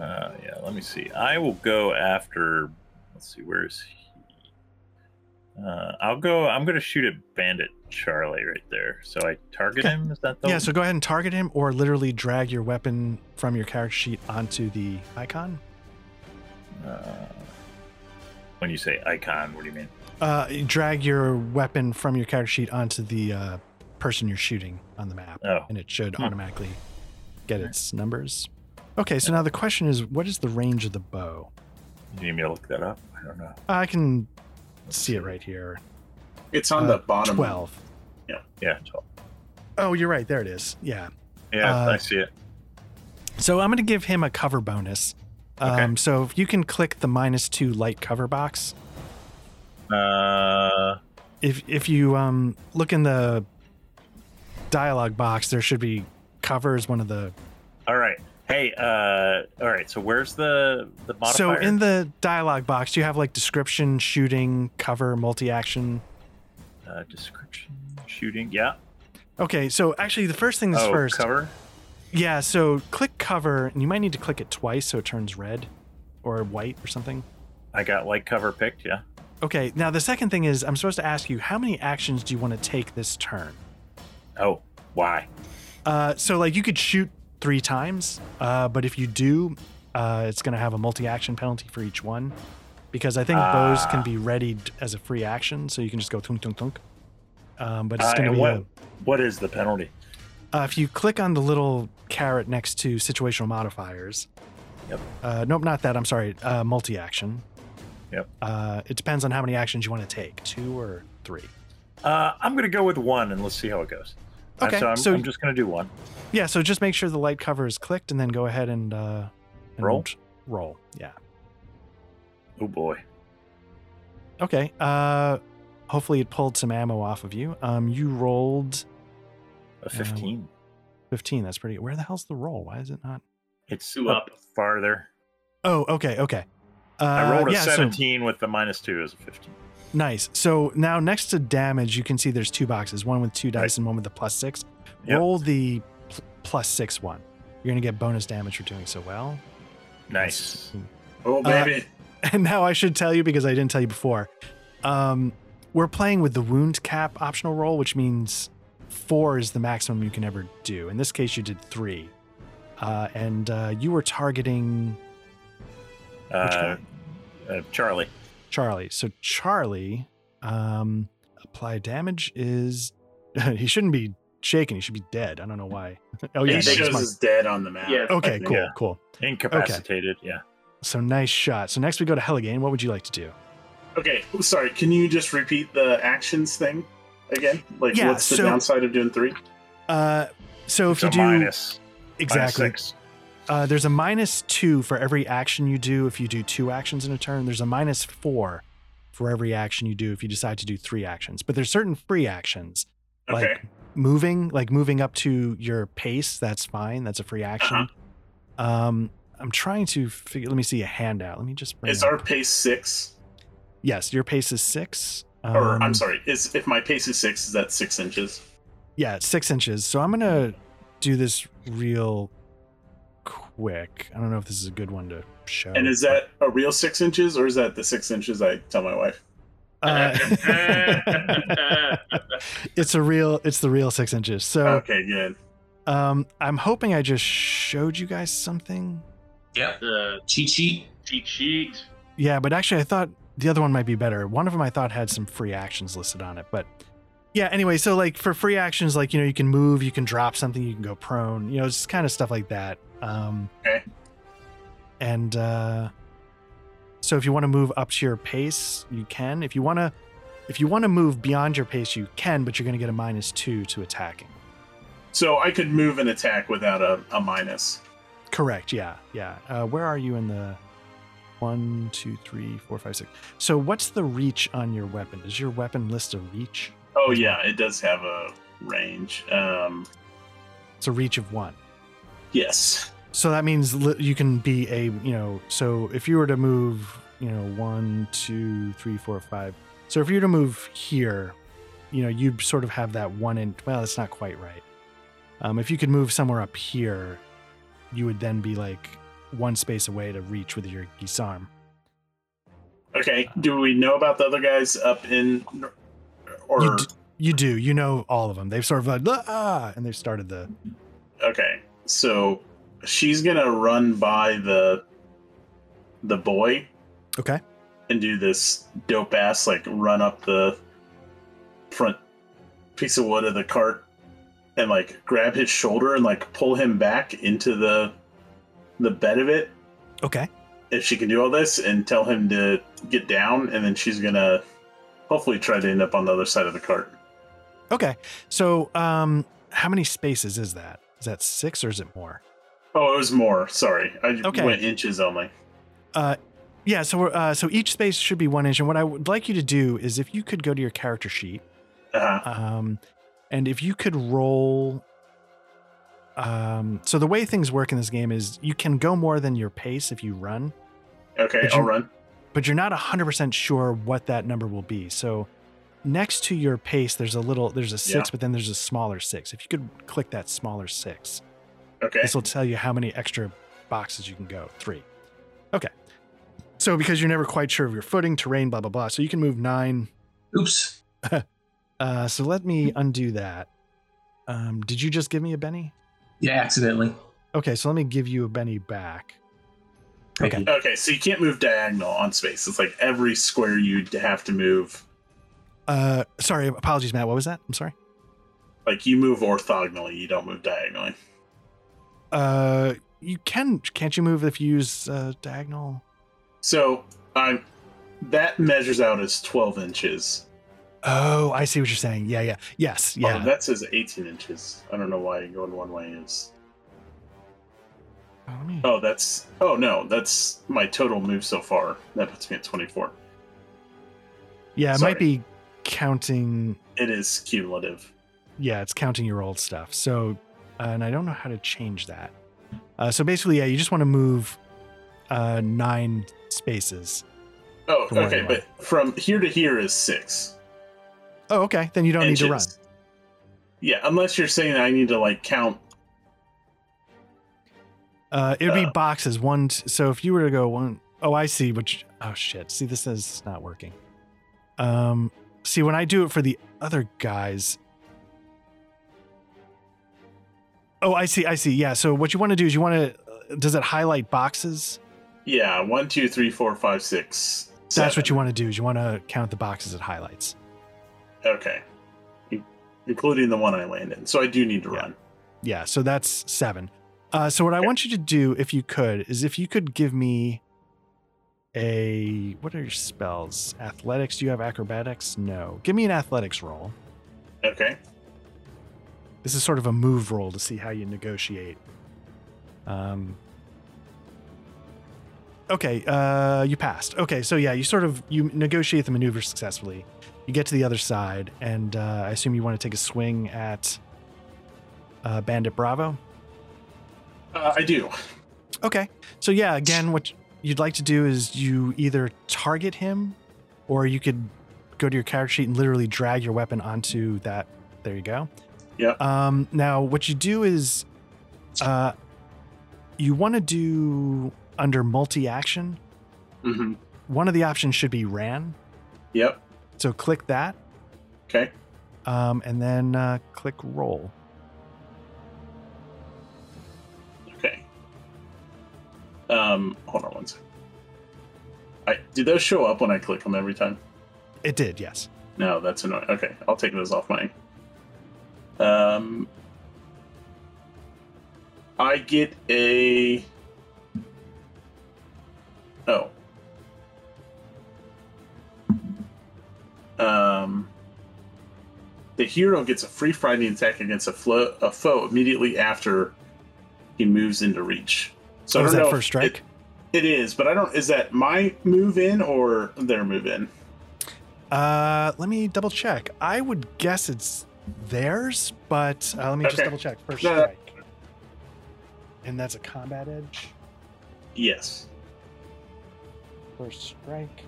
Uh, yeah, let me see. I will go after. Let's see, where is he? Uh, I'll go. I'm gonna shoot at Bandit Charlie right there. So I target Okay. him. Is that the Yeah, so go ahead and target him or literally drag your weapon from your character sheet onto the icon. uh, when you say icon, what do you mean? Uh, drag your weapon from your character sheet onto the uh, person you're shooting on the map, Oh, and it should Hmm. automatically get its numbers. Okay, so now the question is what is the range of the bow? you need me to look that up? I don't know. I can see it right here. It's on Uh, the bottom. 12. Yeah, so- Oh, you're right. There it is. Yeah. yeah, Uh, I see it. So I'm going to give him a cover bonus. Um, Okay. So if you can click the minus two light cover box, Uh, if if you um, look in the dialogue box, there should be cover is one of the. all right. Hey, uh, all right. So where's the the modifier? So in the dialogue box, you have like description, shooting, cover, multi action. uh, description, shooting. Yeah. Okay, so actually the first thing is Oh, first. cover. Yeah, so click cover, and you might need to click it twice so it turns red or white or something. I got light cover picked. Yeah. Okay, now the second thing is I'm supposed to ask you how many actions do you want to take this turn? Oh, why? Uh, so like you could shoot three times, uh, but if you do, uh, it's going to have a multi-action penalty for each one, because I think bows Ah. can be readied as a free action, so you can just go tunk tunk tunk. Um, but it's Uh, going to and be what, a, what is the penalty? uh, if you click on the little carrot next to situational modifiers. Yep. Uh, nope, not that. I'm sorry. Uh, multi-action. Yep. Uh, it depends on how many actions you want to take, two or three. Uh, I'm going to go with one and let's see how it goes. Uh, Okay, so I'm, so- I'm just going to do one. Yeah, so just make sure the light cover is clicked and then go ahead and, uh, and Roll? Roll, yeah. Oh, boy. Okay. Uh, hopefully it pulled some ammo off of you. Um, you rolled Uh, A 15. 15. That's pretty good. Where the hell's the roll? Why is it not? It's Two up, farther. Oh, okay, okay. Uh, I rolled a yeah, so- 17 with the minus two is a 15. nice. So now next to damage, you can see there's two boxes, one with two dice Right. and one with the plus six. Yep. Roll the pl- plus six one. You're going to get bonus damage for doing so well. Nice. Oh, Uh, baby. [LAUGHS] and now I should tell you because I didn't tell you before. Um, we're playing with the wound cap optional roll, which means four is the maximum you can ever do. In this case, you did three, uh, and uh, you were targeting Uh, guy? uh, Charlie. Charlie. So Charlie, um, apply damage is [LAUGHS] he shouldn't be shaken. He should be dead. I don't know why. Oh yeah, no, he he's shows fine. his dead on the map. Oh, Yeah. okay, cool, Yeah. cool. Incapacitated. Yeah. So nice shot. So next we go to Helligane. What would you like to do? Okay, Oh, sorry. Can you just repeat the actions thing again? Like, Yeah, what's the so- downside of doing three? Uh, so if So you do minus- exactly. minus six. Uh, there's a minus two for every action you do if you do two actions in a turn. There's a minus four for every action you do if you decide to do three actions. But there's certain free actions Okay. like moving, like moving up to your pace. That's fine. That's a free action. Uh-huh. Um, I'm trying to figure. Let me see a handout. Let me just. Bring Is up- our pace six? yes, your pace is six. Or Um, I'm sorry. Is if my pace is six, is that six inches? Yeah, it's six inches. So I'm gonna do this real quick. I don't know if this is a good one to show. And is that a real six inches, or is that the six inches I tell my wife? Uh, [LAUGHS] it's a real it's the real six inches so Okay, good. um i'm hoping i just showed you guys something Yep. the Cheat sheet. cheat sheet. yeah but actually i thought the other one might be better one of them i thought had some free actions listed on it but yeah anyway so like for free actions like you know you can move you can drop something you can go prone you know it's just kind of stuff like that um Okay. and uh so if you want to move up to your pace you can if you want to if you want to move beyond your pace you can but you're going to get a minus two to attacking So I could move and attack without a, a minus. Correct. Yeah. Yeah. Uh, where are you in the one, two, three, four, five, six? So what's the reach on your weapon? Does your weapon list a reach? Oh yeah, it does have a range. Um, It's a reach of one. yes. So that means li- you can be a, you know, so if you were to move, you know, one, two, three, four, five. So if you were to move here, you know, you'd sort of have that one in, well, that's not quite right. Um, if you could move somewhere up here, you would then be like one space away to reach with your Gisarm. Okay. Do we know about the other guys up in, or You d- You do. You know all of them. They've sort of like, ah, and they've started the. Okay, so she's gonna run by the the boy. Okay. And do this dope ass like run up the front piece of wood of the cart and like grab his shoulder and like pull him back into the the bed of it Okay. if she can do all this and tell him to get down and then she's gonna hopefully try to end up on the other side of the cart. Okay. So, um, how many spaces is that? Is that six or is it more? Oh, it was more. Sorry. I Okay. went inches only. Uh, yeah. So, we're, uh, so each space should be one inch. And what I would like you to do is, if you could go to your character sheet, Uh-huh. um, and if you could roll. Um, so the way things work in this game is you can go more than your pace if you run, Okay, Did I'll you- run. but you're not 100% sure what that number will be. So next to your pace, there's a little, there's a six, Yeah. but then there's a smaller six. If you could click that smaller six, Okay. this will tell you how many extra boxes you can go. Three. Okay. So because you're never quite sure of your footing, terrain, blah blah blah. So you can move nine. Oops. Uh, so let me undo that. Um, did you just give me a Benny? Yeah, accidentally. Okay, so let me give you a Benny back. Thank Okay. you. Okay, so you can't move diagonal on space. It's like every square you have to move. Uh, sorry, apologies, Matt. What was that? I'm sorry. Like you move orthogonally, you don't move diagonally. Uh, you can can't you move if you use uh, diagonal? So I'm that measures out as twelve inches. Oh, I see what you're saying. Yeah, yeah, yes, Oh, yeah. that says eighteen inches. I don't know why going one way is. Oh, let me- Oh, that's oh no, that's my total move so far. That puts me at twenty-four. yeah, it sorry. might be counting. It is cumulative. Yeah, it's counting your old stuff. So, uh, and I don't know how to change that. Uh, so basically, yeah, you just want to move uh, nine spaces. Oh, From where okay, you but from here to here is six. Oh, okay. Then you don't need to run. inches. Yeah, unless you're saying I need to like count. Uh, it would be Uh. boxes. One. t- So if you were to go one, oh, I see. Which oh shit. See, this is not working. Um, see, when I do it for the other guys. Oh, I see. I see. Yeah. So what you want to do is you want to. Does it highlight boxes? Yeah, one, two, three, four, five, six. That's what you want to do. Is you want to count the boxes it highlights. Okay, In- including the one I landed. So I do need to Yeah. run. Yeah. So that's seven. Uh, so what I Okay. want you to do, if you could, is if you could give me a what are your spells? Athletics? Do you have acrobatics? No. Give me an athletics roll. Okay. This is sort of a move roll to see how you negotiate. Um. Okay. Uh, you passed. Okay. So yeah, you sort of you negotiate the maneuver successfully. You get to the other side, and uh, I assume you want to take a swing at uh, Bandit Bravo. Uh, I do. Okay. So yeah, again, what you'd like to do is you either target him, or you could go to your character sheet and literally drag your weapon onto that. There you go. Yep. Um, now what you do is, uh, you want to do under multi-action. Mm-hmm. One of the options should be ran. Yep. So click that, Okay. um, and then uh, click roll. Okay. Um, hold on one second. I do those show up when I click them every time? It did. Yes. No, that's annoying. Okay, I'll take those off mine. Um, I get a. Oh. Um. The hero gets a free fighting attack against a, flo- a foe immediately after he moves into reach. So So I was don't Oh, that know if first strike? It, it is, but I don't. Is that my move in or their move in? Uh, let me double check. I would guess it's theirs, but uh, let me just Okay. double check. First No, no. strike, and that's a combat edge. Yes. First strike.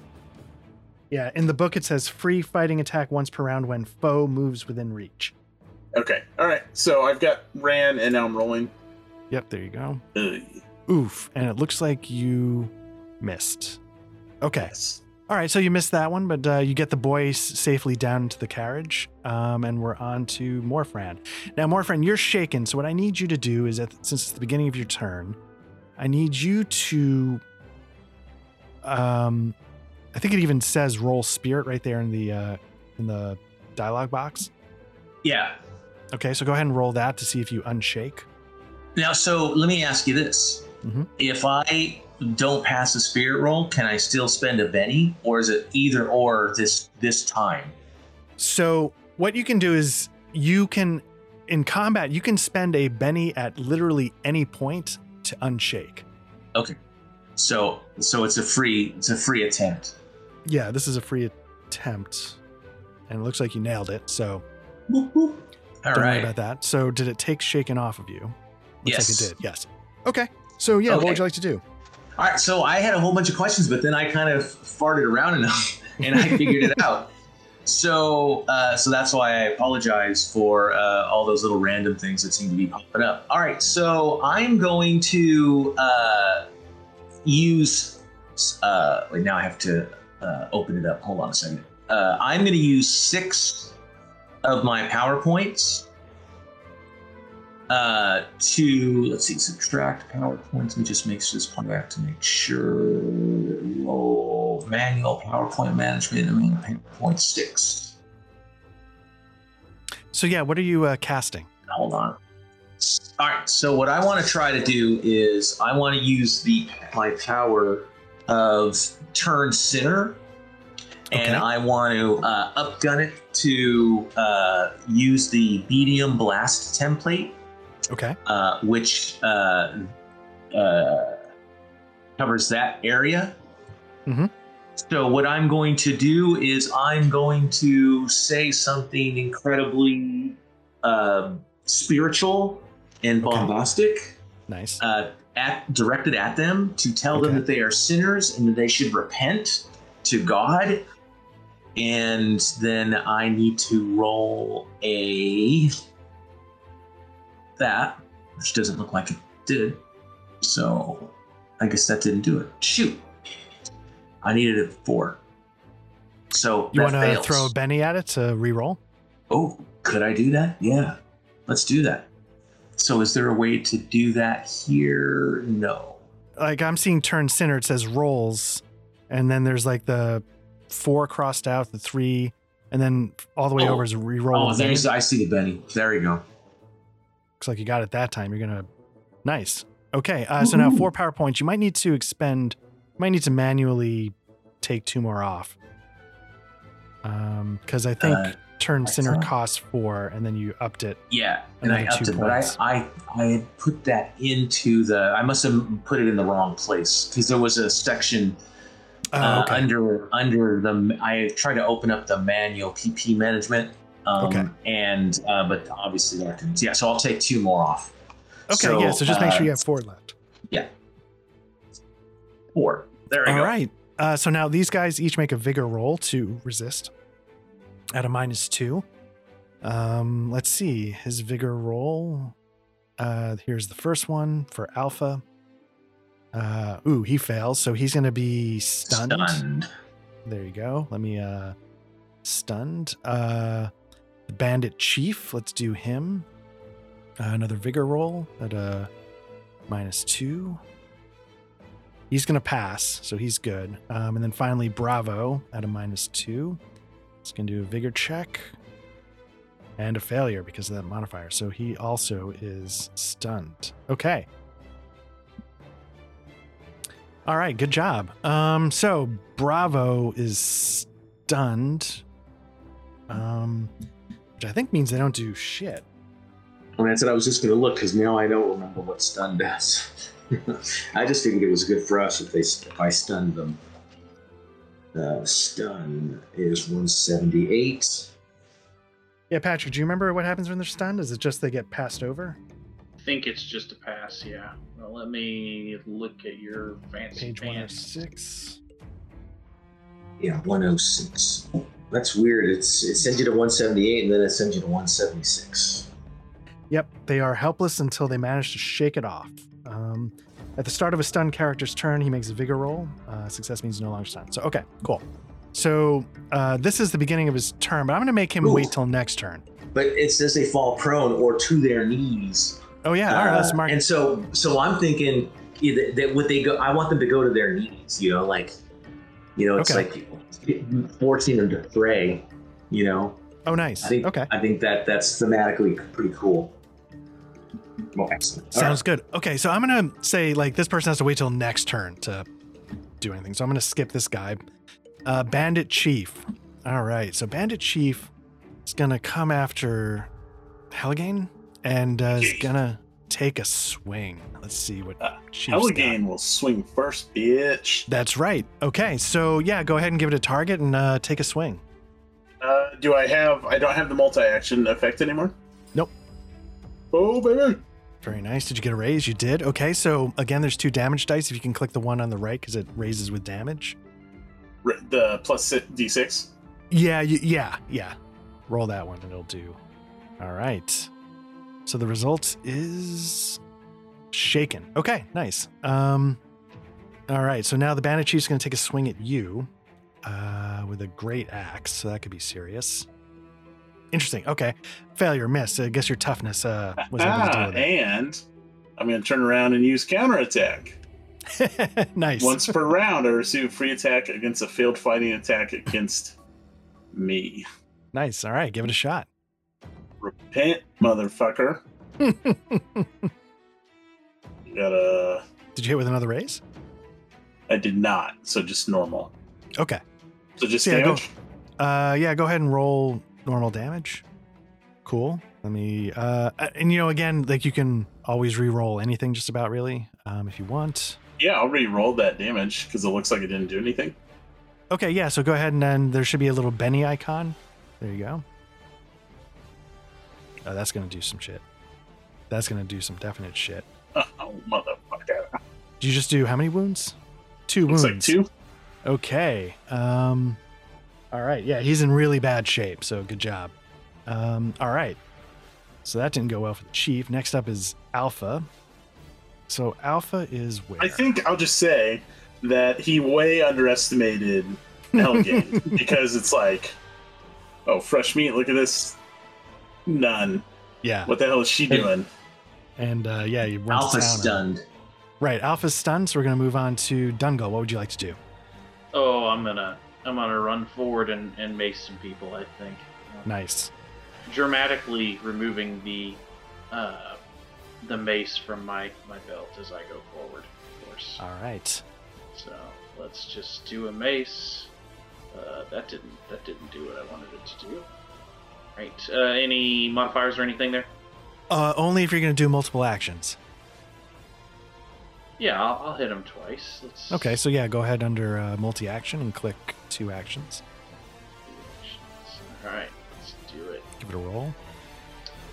Yeah, in the book it says free fighting attack once per round when foe moves within reach. Okay. All right. So I've got Ran, and now I'm rolling. Uh, Yep, there you go. Ugh, Oof, and it looks like you missed. Okay, yes. all right, so you missed that one, but uh, you get the boy s- safely down into the carriage, um, and we're on to Morfran. Now, Morfran, you're shaken, so what I need you to do is, that since it's the beginning of your turn, I need you to, um, I think it even says roll spirit right there in the uh, in the dialogue box. Yeah. Okay, so go ahead and roll that to see if you unshake. Now, so let me ask you this: Mhm. If I don't pass the spirit roll, can I still spend a Benny, or is it either or this this time? So what you can do is you can in combat you can spend a Benny at literally any point to unshake. So, so it's a free it's a free attempt. Yeah, this is a free attempt. And it looks like you nailed it, so Boop, boop. All don't right. worry about that. So did it take shaken off of you? Looks Yes. like it did, yes. Okay. So yeah, what Okay. would you like to do? All right, so I had a whole bunch of questions, but then I kind of farted around enough, [LAUGHS] and I figured it out. So, uh, so that's why I apologize for uh, all those little random things that seem to be popping up. All right, so I'm going to uh, use Uh, wait, now I have to uh, open it up. Hold on a second. Uh, I'm going to use six of my power points uh, to let's see, subtract power points. Let me just make this point. I have to make sure. Roll manual PowerPoint management. I mean, PowerPoint six. So yeah, what are you uh, casting? Hold on. All right. So what I want to try to do is I want to use the my power of turn sinner, Okay. and I want to uh, upgun it to uh, use the medium blast template, Okay. uh, which uh, uh, covers that area. Mhm. So what I'm going to do is I'm going to say something incredibly um spiritual and Okay. bombastic Nice. uh, at, directed at them to tell them Okay. that they are sinners and that they should repent to God. And then I need to roll a that, which doesn't look like it did. So I guess that didn't do it. Shoot, I needed a four. So You that want to fails. throw a Benny at it to re-roll? Oh, could I do that? Yeah, let's do that. So, is there a way to do that here? No. Like I'm seeing turn center. It says rolls, and then there's like the four crossed out, the three, and then all the way Oh. over is a re-roll. Oh, with Benny. there's. I see the Benny. There you go. Looks like you got it that time. You're gonna nice. Okay, uh, so now Woohoo. four power points. You might need to expend. You might need to manually take two more off. Um, because I think Uh, turn I center saw. costs four, and then you upped it. Yeah, and I Another upped two it, but I, points. I I had put that into the. I must have put it in the wrong place because there was a section Uh, uh, okay. under under the. I tried to open up the manual PP management. Um, Okay. And uh, but obviously that didn't. Yeah, so I'll take two more off. okay, yeah. So just make uh, sure you have four left. four. There we All go. right. Uh, so now these guys each make a vigor roll to resist at a minus two. Um, let's see his vigor roll. Uh, here's the first one for Alpha. Uh, ooh, he fails, so he's gonna be stunned. Stunned. There you go. Let me uh, stunned. Uh, the Bandit Chief. Let's do him. Uh, another vigor roll at a minus two. He's going to pass, so he's good. Um, and then finally, Bravo at a minus two. He's going to do a vigor check and a failure because of that modifier. So he also is stunned. Okay. All right, good job. Um, so Bravo is stunned, um, which I think means they don't do shit. Well, that's it. I was just going to look because now I don't remember what stun does. [LAUGHS] I just figured it was good for us if they if I stunned them. Uh, stun is 178. Yeah, Patrick, do you remember what happens when they're stunned? Is it just they get passed over? I think it's just a pass, yeah. Well, let me look at your fancy Page one of pants. six. Yeah, 106. That's weird. It's it sends you to 178 and then it sends you to 176. Yep, they are helpless until they manage to shake it off. Um, at the start of a stunned character's turn, he makes a vigor roll. Uh, success means no longer stunned. So, okay, cool. So, uh, this is the beginning of his turn, but I'm going to make him Ooh. wait till next turn. But it says they fall prone or to their knees. Oh, yeah, all right, Uh, that's marked. And so so I'm thinking yeah, that, that would they go? I want them to go to their knees. You know, like you know, it's Okay. like forcing them to pray. You know, Oh, nice. I think- okay. I think that that's thematically pretty cool. Well, excellent. All Sounds good. Okay, so I'm gonna say like this person has to wait till next turn to do anything. So I'm gonna skip this guy. Uh, Bandit Chief. All right, so Bandit Chief is gonna come after Helligane and uh, is gonna take a swing. Let's see what Uh, Chief's got. Helligane will swing first, bitch. That's right. Okay, so yeah, go ahead and give it a target and uh, take a swing. Uh, do I have? I don't have the multi-action effect anymore. Nope. Oh baby. Very nice. Did you get a raise? You did. Okay, so again, there's two damage dice. If you can click the one on the right, because it raises with damage. R- the plus si- d6. Yeah, y- yeah, yeah. Roll that one and it'll do. All right. So the result is shaken. Okay, nice. Um All right, so now the Bandit Chief's going to take a swing at you uh, with a great axe, so that could be serious. Interesting. Okay, failure, miss. I guess your toughness uh, was able to deal Ah, with [LAUGHS] it. and I'm going to turn around and use counterattack. [LAUGHS] nice. [LAUGHS] Once per round, I receive free attack against a failed fighting attack against me. Nice. All right, give it a shot. Repent, [LAUGHS] motherfucker. You got a. Did you hit with another raise? I did not, so just normal. Okay. So just Yeah, go. damage. Uh, yeah, go ahead and roll normal damage. Cool. Let me. Uh, and you know, again, like you can always re-roll anything, just about really, um, if you want. Yeah, I'll re-roll that damage because it looks like it didn't do anything. Okay, yeah. So go ahead and then there should be a little Benny icon. There you go. Oh, that's gonna do some shit. That's gonna do some definite shit. Oh, motherfucker! Did you just do how many wounds? Two Looks wounds. like two. Okay. Um all right. Yeah, he's in really bad shape, so good job. Um all right. So that didn't go well for the chief. Next up is Alpha. So Alpha is where? I think I'll just say that he way underestimated Hellgate because it's like, oh, fresh meat. Look at this. None. Yeah. What the hell is she doing? And uh yeah, you went Alpha to town on- stunned. Right, Alpha's stunned, so we're gonna move on to Dungle. What would you like to do? Oh, I'm gonna I'm gonna run forward and, and mace some people. I think Nice. dramatically removing the uh, the mace from my my belt as I go forward. Of course. All right. So let's just do a mace. Uh, that didn't that didn't do what I wanted it to do. Right. Uh, any modifiers or anything there? Uh only if you're gonna do multiple actions. Yeah, I'll, I'll hit him twice. Let's Okay, so yeah, go ahead under uh, multi-action and click two actions. All right, let's do it. Give it a roll.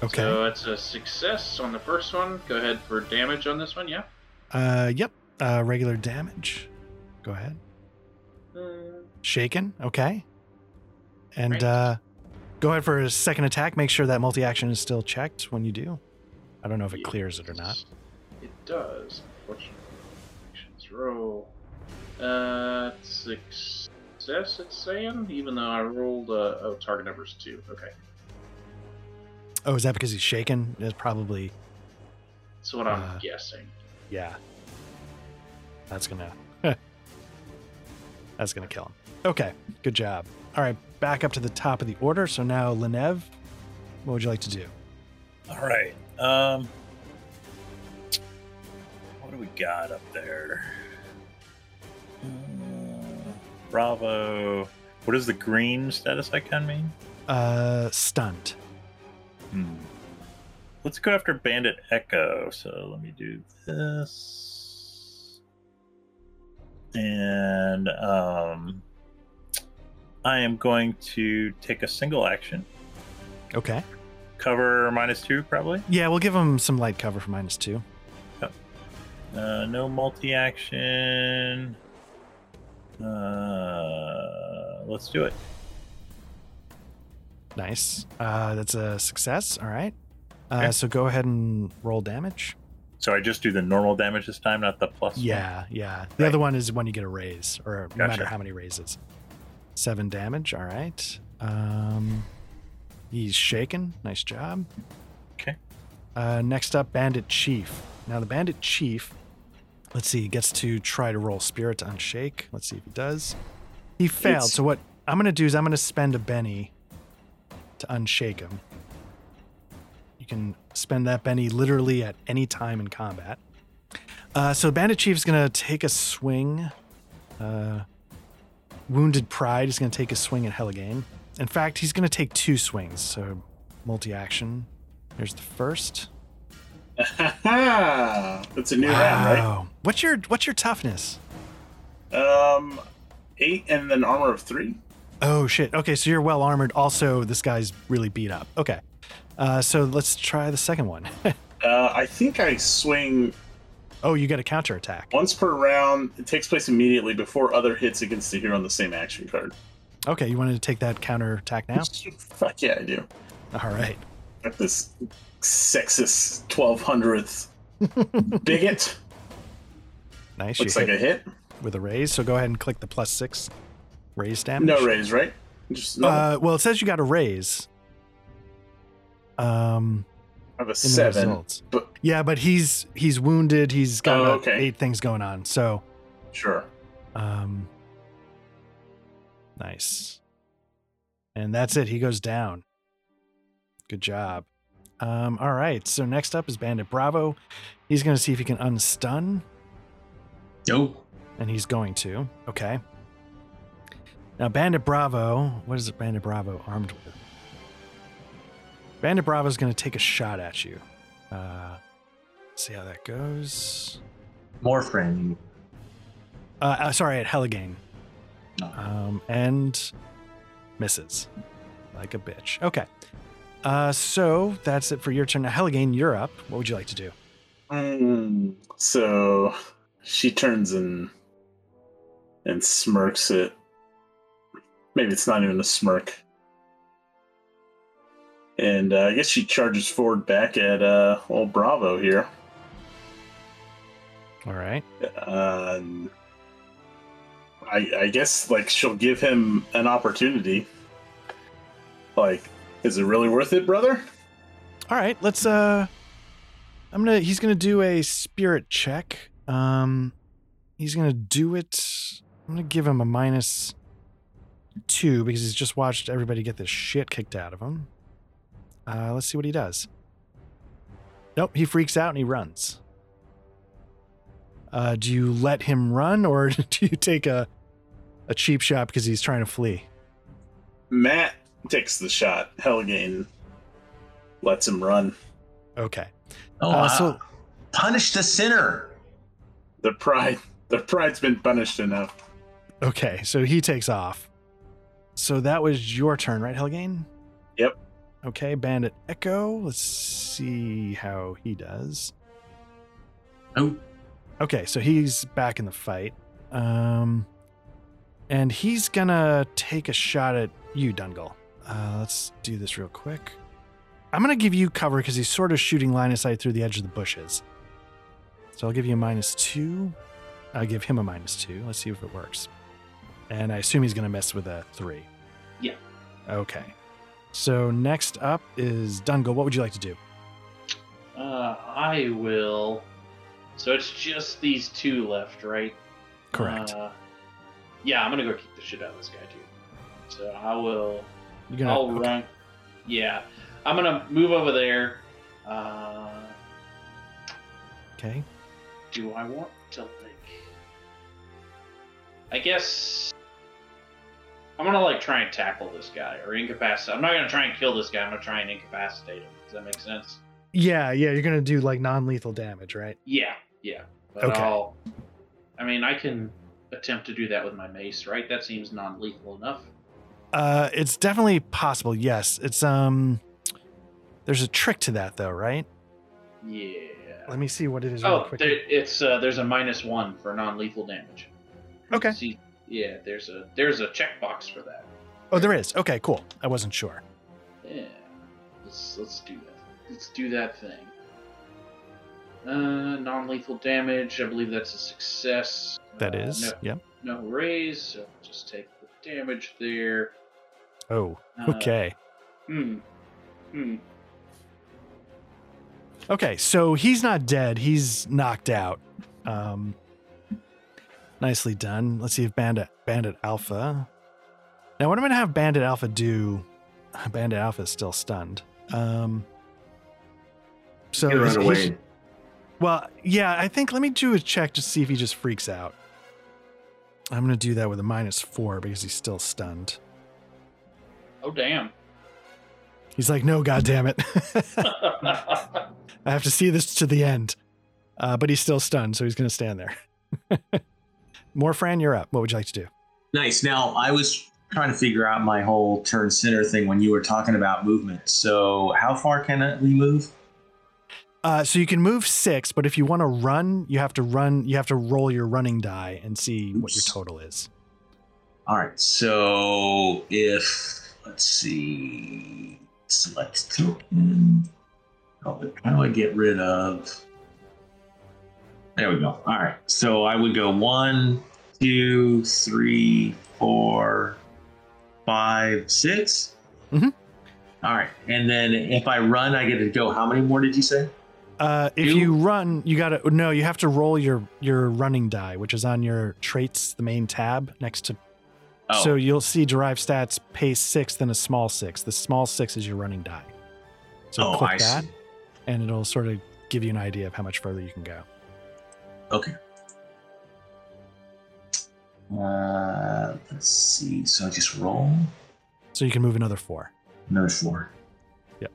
Okay. So it's a success on the first one. Go ahead for damage on this one. Yeah. Uh, yep. Uh, regular damage. Go ahead. Uh, Shaken. Okay. And Right. uh, go ahead for a second attack. Make sure that multi action is still checked when you do. I don't know if it clears it or not. It does, unfortunately. Actions roll. Uh, success, it's saying, even though I rolled, uh, oh, target number's two. Okay. Oh, is that because he's shaken? That's probably, That's what I'm Uh. guessing. yeah. That's gonna, [LAUGHS] that's gonna kill him. Okay. Good job. All right. Back up to the top of the order. So now, Lenev, what would you like to do? All right. Um, what do we got up there? Uh, Bravo. What does the green status icon mean? Uh, stunned. [LAUGHS] Hmm. Let's go after Bandit Echo. So let me do this. And um, I am going to take a single action. Okay. Cover minus two, probably. Yeah, we'll give him some light cover for minus two. Uh, no multi action. Uh, let's do it. Nice. Uh, that's a success. All right. Uh, Okay. So go ahead and roll damage. So I just do the normal damage this time, not the plus. one? Yeah, yeah. The Right. other one is when you get a raise, or no matter Gotcha. how many raises. Seven damage. All right. Um, he's shaken. Nice job. Okay. Uh, next up, Bandit Chief. Now the Bandit Chief, let's see, gets to try to roll Spirit to unshake. Let's see if he does. He failed. It's- So what I'm gonna do is I'm gonna spend a Benny to unshake him. You can spend that Benny literally at any time in combat. Uh, so Bandit Chief's gonna take a swing. Uh, Wounded Pride is gonna take a swing at Helligame. In fact, he's gonna take two swings. So multi-action. There's the first. it's a new round, What's your what's your toughness? right? Um, eight and then armor of three. Oh shit. Okay, so you're well armored. Also, this guy's really beat up. Okay. Uh, so let's try the second one. [LAUGHS] Uh, I think I swing oh, you got a counterattack. once per round. It takes place immediately before other hits against the hero on the same action card. Okay, you wanted to take that counterattack now? [LAUGHS] Fuck yeah, I do. All right. Fuck this [LAUGHS] sexist twelve hundredth bigot. Nice. Looks you like hit. a hit. with a raise. So go ahead and click the plus six raise damage. No raise, right? Just no. Uh, well, it says you got a raise. Um, I have in a the seven. results. but- yeah, but he's he's wounded. He's got Oh, about okay. eight things going on. So, Sure. um, nice. And that's it. He goes down. Good job. Um, all right. So next up is Bandit Bravo. He's going to see if he can unstun. Nope. And he's going to. Okay. Now, Bandit Bravo, what is it Bandit Bravo armed with? Bandit Bravo is going to take a shot at you. Uh, see how that goes. More friend. Uh, uh, sorry, at Helligane. Um, and misses like a bitch. Okay. Uh, so that's it for your turn. Now, Helligane, you're up. What would you like to do? Mm, so she turns and and smirks it. Maybe it's not even a smirk. And uh, I guess she charges forward back at uh, old Bravo here. All right. Um, I, I guess like she'll give him an opportunity. Like, is it really worth it, brother? All right, let's uh I'm going to he's going to do a spirit check. Um he's going to do it. I'm going to give him a minus 2 because he's just watched everybody get the shit kicked out of him. Uh let's see what he does. Nope, he freaks out and he runs. Uh do you let him run or [LAUGHS] do you take a a cheap shot because he's trying to flee? Matt takes the shot. Helgain lets him run. Okay. Oh, Uh, wow. so punish the sinner. The pride, the pride's been punished enough. Okay, so he takes off. So that was your turn, right, Helgain? Yep. Okay, Bandit Echo. Let's see how he does. Nope. Okay, so he's back in the fight. Um, and he's gonna take a shot at you, Dungal. Uh, let's do this real quick. I'm gonna give you cover because he's sort of shooting line of sight through the edge of the bushes. So I'll give you a minus two. I'll give him a minus two. Let's see if it works. And I assume he's gonna miss with a three. Yeah. Okay. So next up is Dungal. What would you like to do? Uh, I will. So it's just these two left, right? Correct. Uh, yeah, I'm gonna go kick the shit out of this guy too. So I will. You're gonna. I'll okay. run. Yeah, I'm gonna move over there. Uh, Okay. do I want to like? I guess I'm gonna like try and tackle this guy or incapacitate. I'm not gonna try and kill this guy. I'm gonna try and incapacitate him. Does that make sense? Yeah, yeah. You're gonna do like non-lethal damage, right? Yeah, yeah. But Okay. I'll, I mean, I can attempt to do that with my mace, right? That seems non-lethal enough. Uh, it's definitely possible. Yes, it's um. There's a trick to that though, right? Yeah. Let me see what it is. Really Oh, quick. there, it's uh, there's a minus one for non-lethal damage. Okay. See, yeah, there's a there's a checkbox for that. oh, there is. Okay, cool. I wasn't sure. Yeah. Let's let's do that. Let's do that thing. Uh, non-lethal damage. I believe that's a success. That Uh, is. Yep. No, no raise. So just take the damage there. Oh. Uh, Okay. Hmm. Hmm. Okay, so he's not dead. He's knocked out. Um, nicely done. Let's see if Bandit Bandit Alpha. Now, what I'm going to have Bandit Alpha do? [SIGHS] Bandit Alpha is still stunned. Um, so You he's- run away. he's- well, yeah, I think let me do a check to see if he just freaks out. I'm going to do that with a minus four because he's still stunned. Oh damn. [LAUGHS] He's like, no, God damn it. [LAUGHS] Oh, I have to see this to the end. Uh, but he's still stunned, so he's going to stand there. [LAUGHS] Morfran, you're up. What would you like to do? Nice. Now, I was trying to figure out my whole turn center thing when you were talking about movement. So, how far can it- we move? Uh, so you can move six, but if you want to run, you have to run. You have to roll your running die and see what your Oops. total is. All right. So, if let's see, select token. How do- how do I get rid of? There we go. All right. So I would go one, two, three, four, five, six. Mhm. All right, and then if I run, I get to go. How many more did you say? Uh, if You- you run, you gotta no. You have to roll your your running die, which is on your traits, the main tab next to. Oh, So you'll see derived stats, pace six, then a small six. The small six is your running die. So oh, click I that, see. and it'll sort of give you an idea of how much further you can go. Uh, let's see. So I just roll So you can move another four. another four. Yep.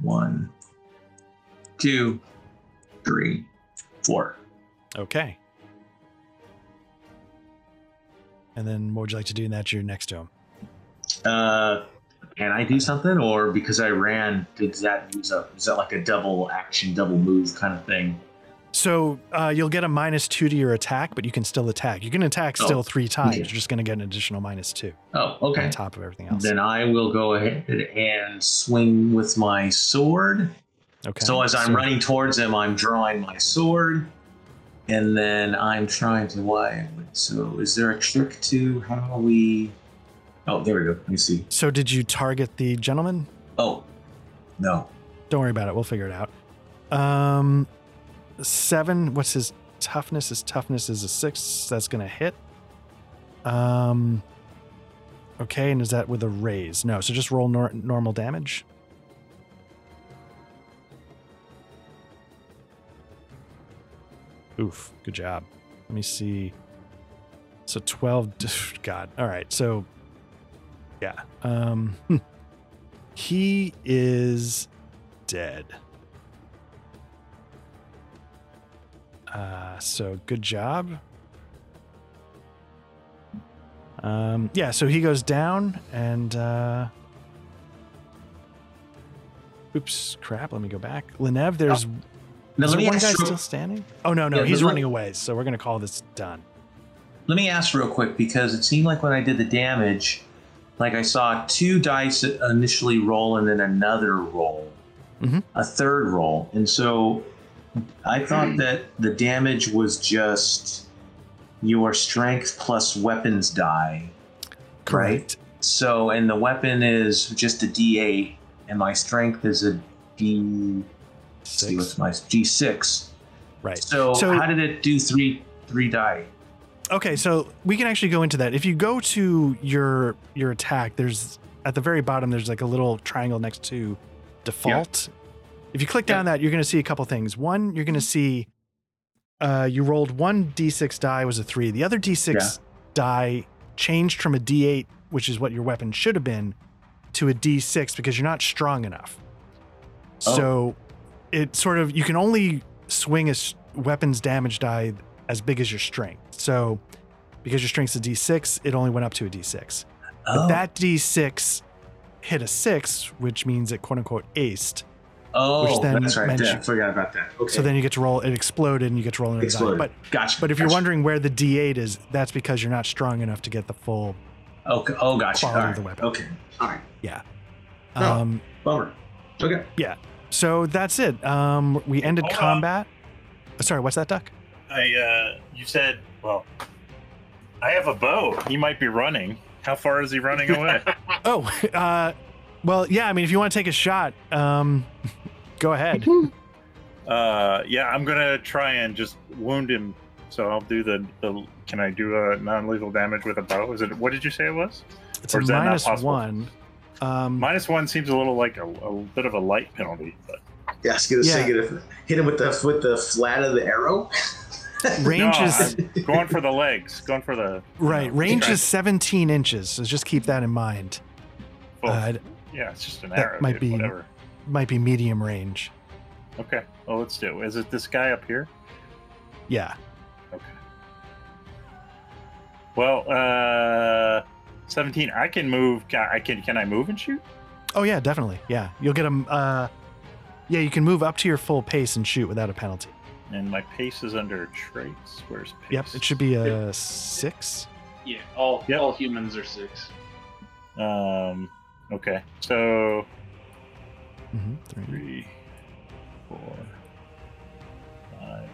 One, two, three, four. Okay. And then what would you like to do? And that's your next to him. Uh, can I do something, or because I ran, did that use up? Is that like a double action, double move kind of thing? So uh, you'll get a minus two to your attack, but you can still attack. You can attack Oh, still three times. okay. You're just going to get an additional minus two Oh, on okay. top of everything else. Then I will go ahead and swing with my sword. okay. So as I'm So- running towards him, I'm drawing my sword, and then I'm trying to why. So is there a trick to how we? Oh, there we go. Let me see. So did you target the gentleman? Oh, no. Don't worry about it. We'll figure it out. Um, seven. What's his toughness? His toughness is a six. That's gonna hit. Um. Okay, and is that with a raise? No. So just roll nor- normal damage. Oof. Good job. Let me see. So twelve. [LAUGHS] God. All right. So. Yeah. Um. [LAUGHS] hmm. He is dead. Uh, so good job. Um, yeah, so he goes down and. Uh, oops, crap. Let me go back. Lenev, there's. Now is let there me one guy ask. Real, still standing? Oh, no, no. Yeah, he's but let- running away, so we're going to call this done. let me ask real quick because it seemed like when I did the damage, like I saw two dice initially roll and then another roll, Mhm. a third roll, and so I Hmm. thought that the damage was just your strength plus weapons die. Correct. So, and the weapon is just a D8, and my strength is a D. let's see what's Six. my G6. Right. So, So- how did it do three three die? Okay, so we can actually go into that. If you go to your your attack, there's at the very bottom there's like a little triangle next to default. If you click down that, you're going to see a couple things. One, you're going to see uh, you rolled one d6 die was a three. The other d6 die changed from a d8, which is what your weapon should have been, to a d6 because you're not strong enough. Oh. So it sort of you can only swing a s- weapon's damage die as big as your strength. So because your strength's a d6, it only went up to a d6. But oh, that d6 hit a six, which means it quote unquote aced. oh, which then that's right. meant there. you- I forgot about that. Okay. So then you get to roll. It exploded, and you get to roll another die. Exploded. But Gotcha. but if you're gotcha. wondering where the d8 is, that's because you're not strong enough to get the full. okay, oh, gotcha. quality of Alright, the weapon. Okay, all right, Oh. Um, bummer. Okay. So that's it. Um, we ended Hold on. combat. Uh, Sorry, what's that duck? I uh, you said well, I have a bow. He might be running. How far is he running [LAUGHS] away? Oh, uh, well, yeah. I mean, if you want to take a shot, um, [LAUGHS] go ahead. uh, yeah, I'm gonna try and just wound him. So I'll do the, the can I do a non-lethal damage with a bow? Is it what did you say it was? It's Or a is that not minus possible? one. Um, Minus one seems a little like a, a bit of a light penalty, but Yeah, I was gonna Yeah. say, get a, hit him with the with the flat of the [LAUGHS] [LAUGHS] arrow. range No, is going for the legs, going for the right. no, range try- is 17 inches. So just keep that in mind. well, Uh, it yeah, it's just an that arrow. might dude, be- whatever. might be medium range. Okay, well let's do. it. Is it this guy up here? Yeah. Well, uh, seventeen. I can move. Can I can can I move and shoot? Oh yeah, definitely. Yeah, you'll get them. Uh, yeah, you can move up to your full pace and shoot without a penalty. And my pace is under traits. Where's pace? Yep, it should be a six. Yeah, all Yep. all humans are six. Um. Okay. So Mm-hmm, three. three, four, five.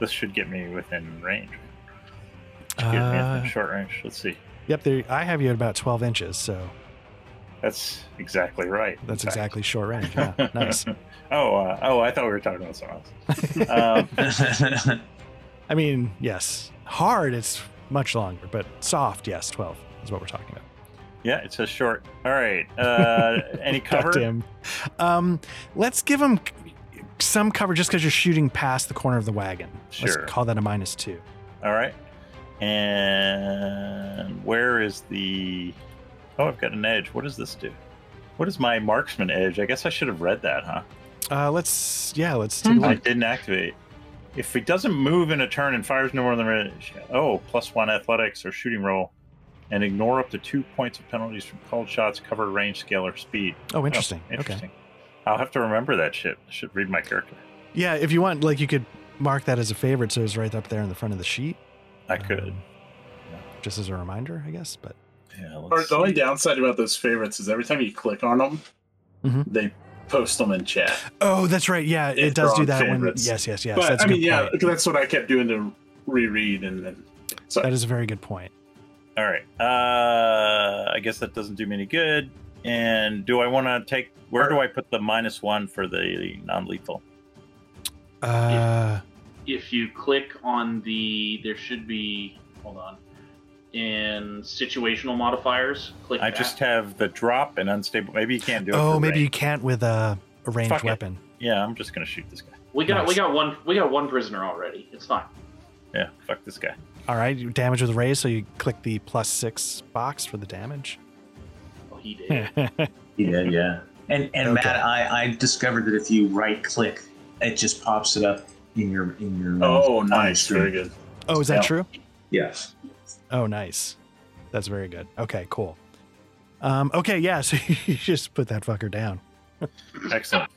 This should get me within range. Good man, Uh, short range. Let's see. Yep, there, I have you at about 12 inches, so That's exactly right. that's In fact. exactly short range. Yeah, [LAUGHS] nice. oh, uh, oh, I thought we were talking about something [LAUGHS] else. Um, I mean, yes, hard, it's much longer, but soft, yes, 12 is what we're talking about. yeah, it says short. All right. Uh, any cover? Goddamn. Um, let's give him c- some cover just because you're shooting past the corner of the wagon. Sure. Let's call that a minus two. All right. And where is the? Oh, I've got an edge. What does this do? What is my marksman edge? I guess I should have read that, huh? Uh, let's, yeah, let's take a I look. didn't activate. If he doesn't move in a turn and fires no more than range, oh, plus one athletics or shooting roll, and ignore up to two points of penalties from called shots, cover, range, scale, or speed. Oh, Oh, interesting. Okay. interesting. I'll have to remember that shit. I should read my character. Yeah, if you want, like, you could mark that as a favorite so it's right up there in the front of the sheet. I could. Um, Yeah. Just as a reminder, I guess, but Yeah. Or Let's the only downside about those favorites is every time you click on them, Mhm. they post them in chat. Oh, that's right. Yeah, it If does they're do on that favorites. when yes, yes, yes. but that's a I mean, good yeah, point. that's what I kept doing to reread and then. So That is a very good point. All right. Uh, I guess that doesn't do me any good. And do I want to take? Where do I put the minus one for the non-lethal? Uh, if you click on the there should be hold on in situational modifiers click I that. just have the drop and unstable. Maybe you can't do it. oh, for maybe you range. can't with a, a ranged Fuck it. weapon. Yeah, I'm just gonna shoot this guy. we got we nice. got one we got one prisoner already it's fine Yeah, fuck this guy. All right, you damage with raise, so you click the plus six box for the [LAUGHS] damage. well he did oh, Yeah, yeah. and and Okay. Matt, I, I discovered that if you right click, it just pops it up in your in your. uh, oh, on nice, your very screen. good. is that Yeah. true? Yes. Oh, nice. That's very good. Okay, cool. Um, okay, yeah. [LAUGHS] So you just put that fucker down. Excellent.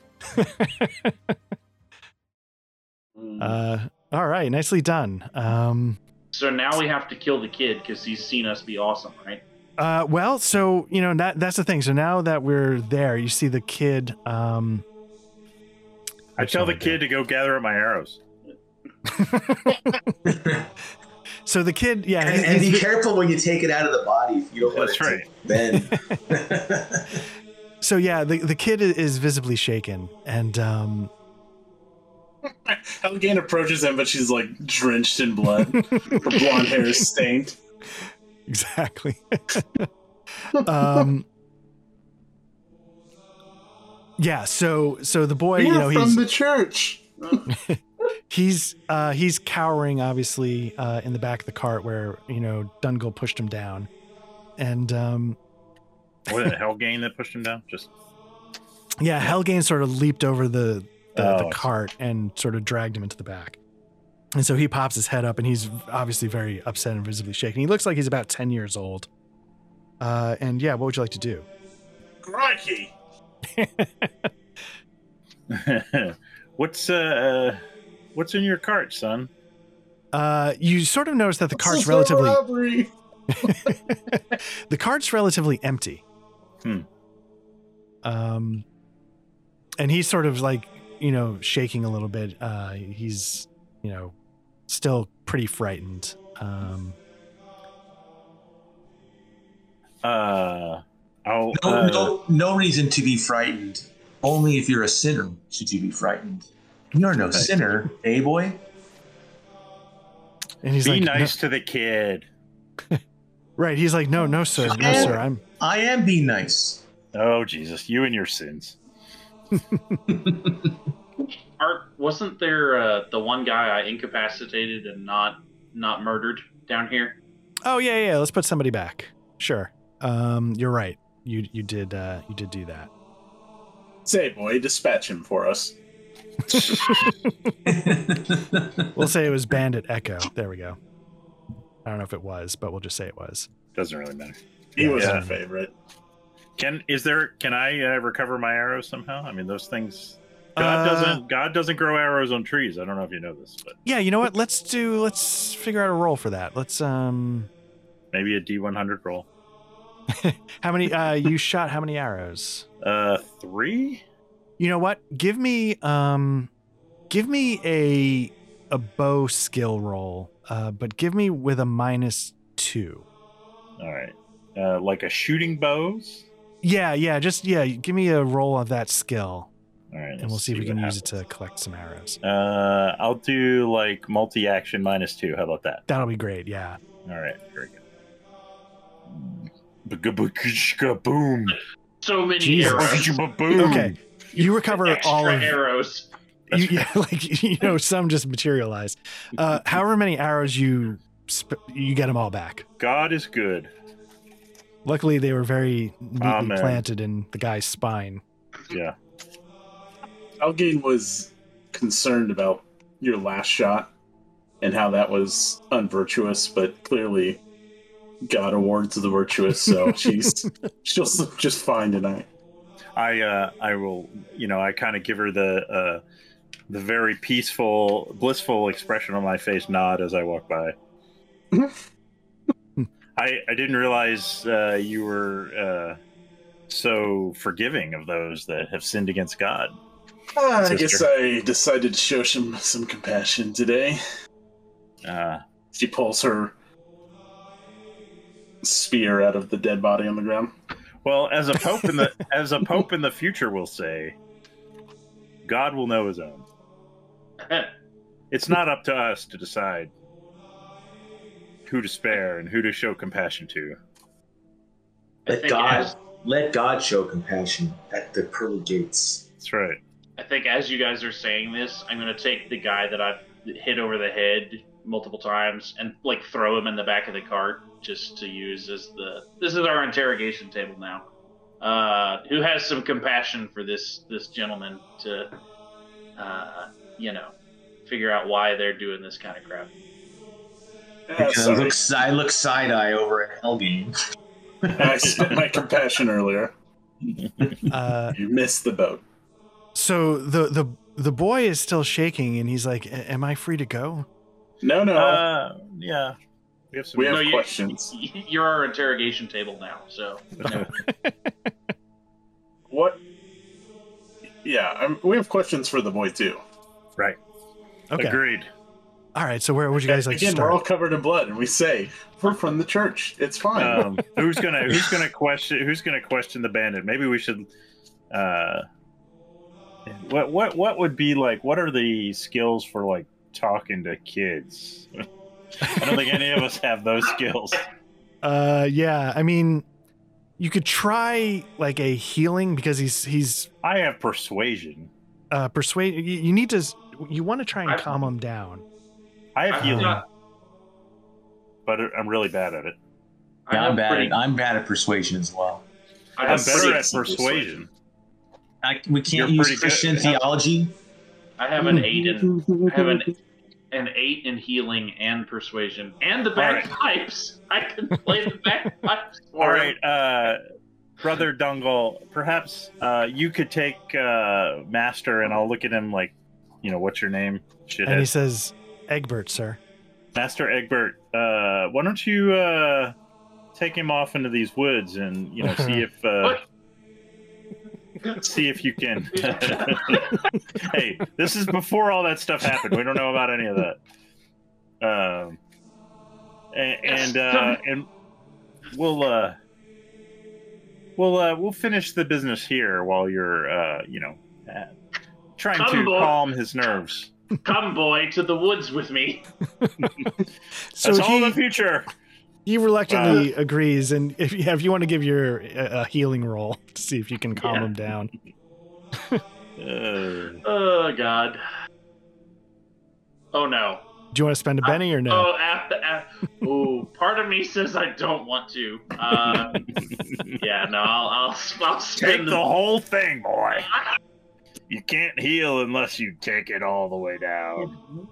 Mm-hmm. Uh, all right, nicely done. Um, so now we have to kill the kid because he's seen us be awesome right Uh, well, so you know that that's the thing. So now that we're there, you see the kid. Um, I tell the sorry, kid to go gather up my arrows. So the kid, yeah, And, he- and be he's- careful when you take it out of the body if you don't want it That's right. [LAUGHS] to bend. so yeah, the the kid i- is visibly shaken, and um, Alligator approaches him, but she's like drenched in blood. [LAUGHS] Her blonde hair is stained. exactly. um, yeah, so so the boy, Oh, you know, he's the church. he's uh, he's cowering obviously uh, in the back of the cart where you know Dungle pushed him down, and um, What the hell game that pushed him down? Just [LAUGHS] Yeah, Helgane sort of leaped over the the, Oh, the it's- cart and sort of dragged him into the back. And so he pops his head up, and he's obviously very upset and visibly shaken. He looks like he's about ten years old. Uh, and yeah, what would you like to do? Crikey! what's uh, what's in your cart, son? Uh, you sort of notice that the This cart's is a relatively robbery. [LAUGHS] the cart's relatively empty. Hmm. Um, and he's sort of like you know shaking a little bit. Uh, he's you know still pretty frightened. Um, Uh, oh, No, uh, no, no reason to be frightened. Only if you're a sinner should you be frightened. You're no sinner, eh, boy? and he's be like, "No- nice to the kid. Right. He's like, no, no, sir, no, sir. I'm. I am being nice. Oh Jesus, you and your sins. art wasn't there uh, the one guy i incapacitated and not not murdered down here Oh yeah, yeah. Let's put somebody back. Sure. Um, you're right. You you did uh, you did do that. Say, boy, dispatch him for us. We'll say it was Bandit Echo. There we go. I don't know if it was, but we'll just say it was. Doesn't really matter. He was Yeah. our favorite. Can is there? Can I uh, recover my arrows somehow? I mean, those things. Uh, God doesn't. God doesn't grow arrows on trees. I don't know if you know this, but Yeah. You know what? Let's do. Let's figure out a role for that. Let's um. maybe a D100 roll. How many? Uh, [LAUGHS] you shot how many arrows? Uh, three. You know what? Give me um, give me a a bow skill roll. uh, but give me with a minus two. All right. Uh, like a shooting bows. Yeah, yeah, just yeah. Give me a roll of that skill, All right. and we'll let's see if we what can use it happens. to collect some arrows. Uh, I'll do like multi action minus two. How about that? That'll be great. Yeah. All right. Very good. Boom. So many Jesus. arrows. Boom. Okay. You recover Extra all of arrows. you, [LAUGHS] yeah, like you know, some just materialize. Uh, however many arrows you sp- you get them all back. God is good. Luckily, they were very neatly Amen. planted in the guy's spine. Yeah. Algain was concerned about your last shot and how that was unvirtuous, but clearly God awards the [LAUGHS] virtuous, so she's she'll sleep just fine tonight. I uh, I will. You know, I kind of give her the uh, the very peaceful, blissful expression on my face nod as I walk by. I I didn't realize uh, you were uh, so forgiving of those that have sinned against God. Ah, Sister. I guess I decided to show some some compassion today. Uh, She pulls her spear out of the dead body on the ground. Well, as a pope in the as a pope in the future will say, God will know his [LAUGHS] own. It's not up to us to decide who to spare and who to show compassion to. I Let think, God as, let God show compassion at the pearly gates. That's right. I think as you guys are saying this, I'm gonna take the guy that I've hit over the head multiple times and like throw him in the back of the cart just to use as the this is our interrogation table now. Uh, who has some compassion for this this gentleman to, uh, you know, figure out why they're doing this kind of crap. Ah, Because I sorry. look, si- I look side eye over at Helgine. I spent my compassion earlier. Uh, You missed the boat. so the the the boy is still shaking, and he's like, "A- "Am I free to go?" No, no. Uh, yeah. We have some. [LAUGHS] we have no, you- questions. [LAUGHS] You're our interrogation table now, so no. What? Yeah, i we have questions for the boy too. Okay. Agreed. All right. So where would you guys like Again, to we're all start? covered in blood, and we say we're from the church. It's fine. Um, who's gonna Who's gonna question Who's gonna question the bandit? Maybe we should. Uh, what What What would be like? What are the skills for like talking to kids? [LAUGHS] I don't think any of us have those skills. Uh, yeah. I mean, you could try like a healing because he's he's I have persuasion. uh, persuade. You, you need to. s- You want to try and I've- calm him down. I have I've healing, got- but I'm really bad at it. I have pretty- I'm bad at persuasion as well. I I'm have That's better pretty- at persuasion. I, we You're can't use pretty good. Christian theology. I have an eight in I have an an eight in healing and persuasion and the right. bagpipes. I can play the [LAUGHS] bagpipes. All for him. right, uh, brother Dungle, perhaps uh, you could take uh, Master, and I'll look at him like, you know, what's your name? And he Shithead. says, "Egbert, sir." Master Egbert, uh, why don't you uh, take him off into these woods and you know see if uh, see if you can. hey, this is before all that stuff happened. We don't know about any of that. Um, and and, uh, and we'll uh, we'll uh, we'll finish the business here while you're uh, you know uh, trying to Come, boy. calm his nerves. Come, boy, to the woods with me. So That's all he, the future. he reluctantly agrees, and if [LAUGHS] you, if you want to give your uh, a healing roll to see if you can calm Yeah. him down, Uh, Oh God. Oh no. do you want to spend a Uh, penny or no? Oh, af- af- ooh, part of me says I don't want to. Uh, yeah, no, I'll I'll, I'll Take spend the whole thing, boy. You can't heal unless you take it all the way down.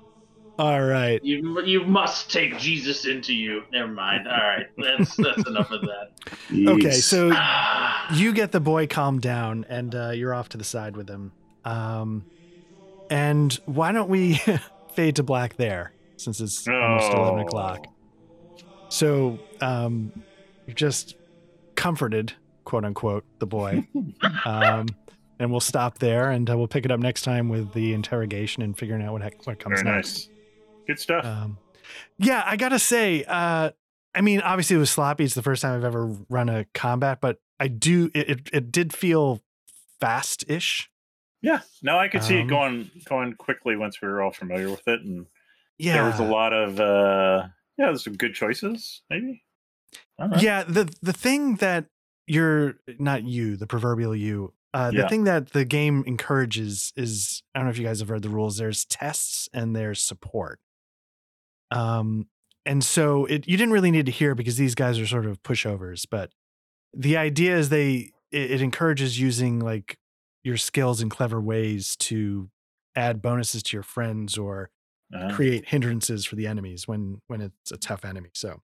All right. You you must take Jesus into you. Never mind. All right, that's that's enough of that. Okay, Jeez. so Ah. you get the boy calmed down, and uh, you're off to the side with him. Um, and why don't we [LAUGHS] fade to black there, since it's Oh, almost eleven o'clock. So um, you've just comforted, quote unquote, the [LAUGHS] boy. um, and we'll stop there and uh, we'll pick it up next time with the interrogation and figuring out what, heck, what comes Very next. nice. [LAUGHS] Good stuff. Um, yeah, I gotta say, uh, I mean, obviously it was sloppy. It's the first time I've ever run a combat, but I do. It it, it did feel fast-ish. Yeah. No, I could see it Um, going going quickly once we were all familiar with it, and Yeah, there was a lot of uh, yeah, there's some good choices maybe. I don't know. Yeah, the the thing that you're not you, the proverbial you. Uh, the Yeah. thing that the game encourages is I don't know if you guys have read the rules. There's tests and there's support. Um, and so it you didn't really need to hear because these guys are sort of pushovers. But the idea is they it, it encourages using like your skills in clever ways to add bonuses to your friends or Uh, create hindrances for the enemies when when it's a tough enemy. So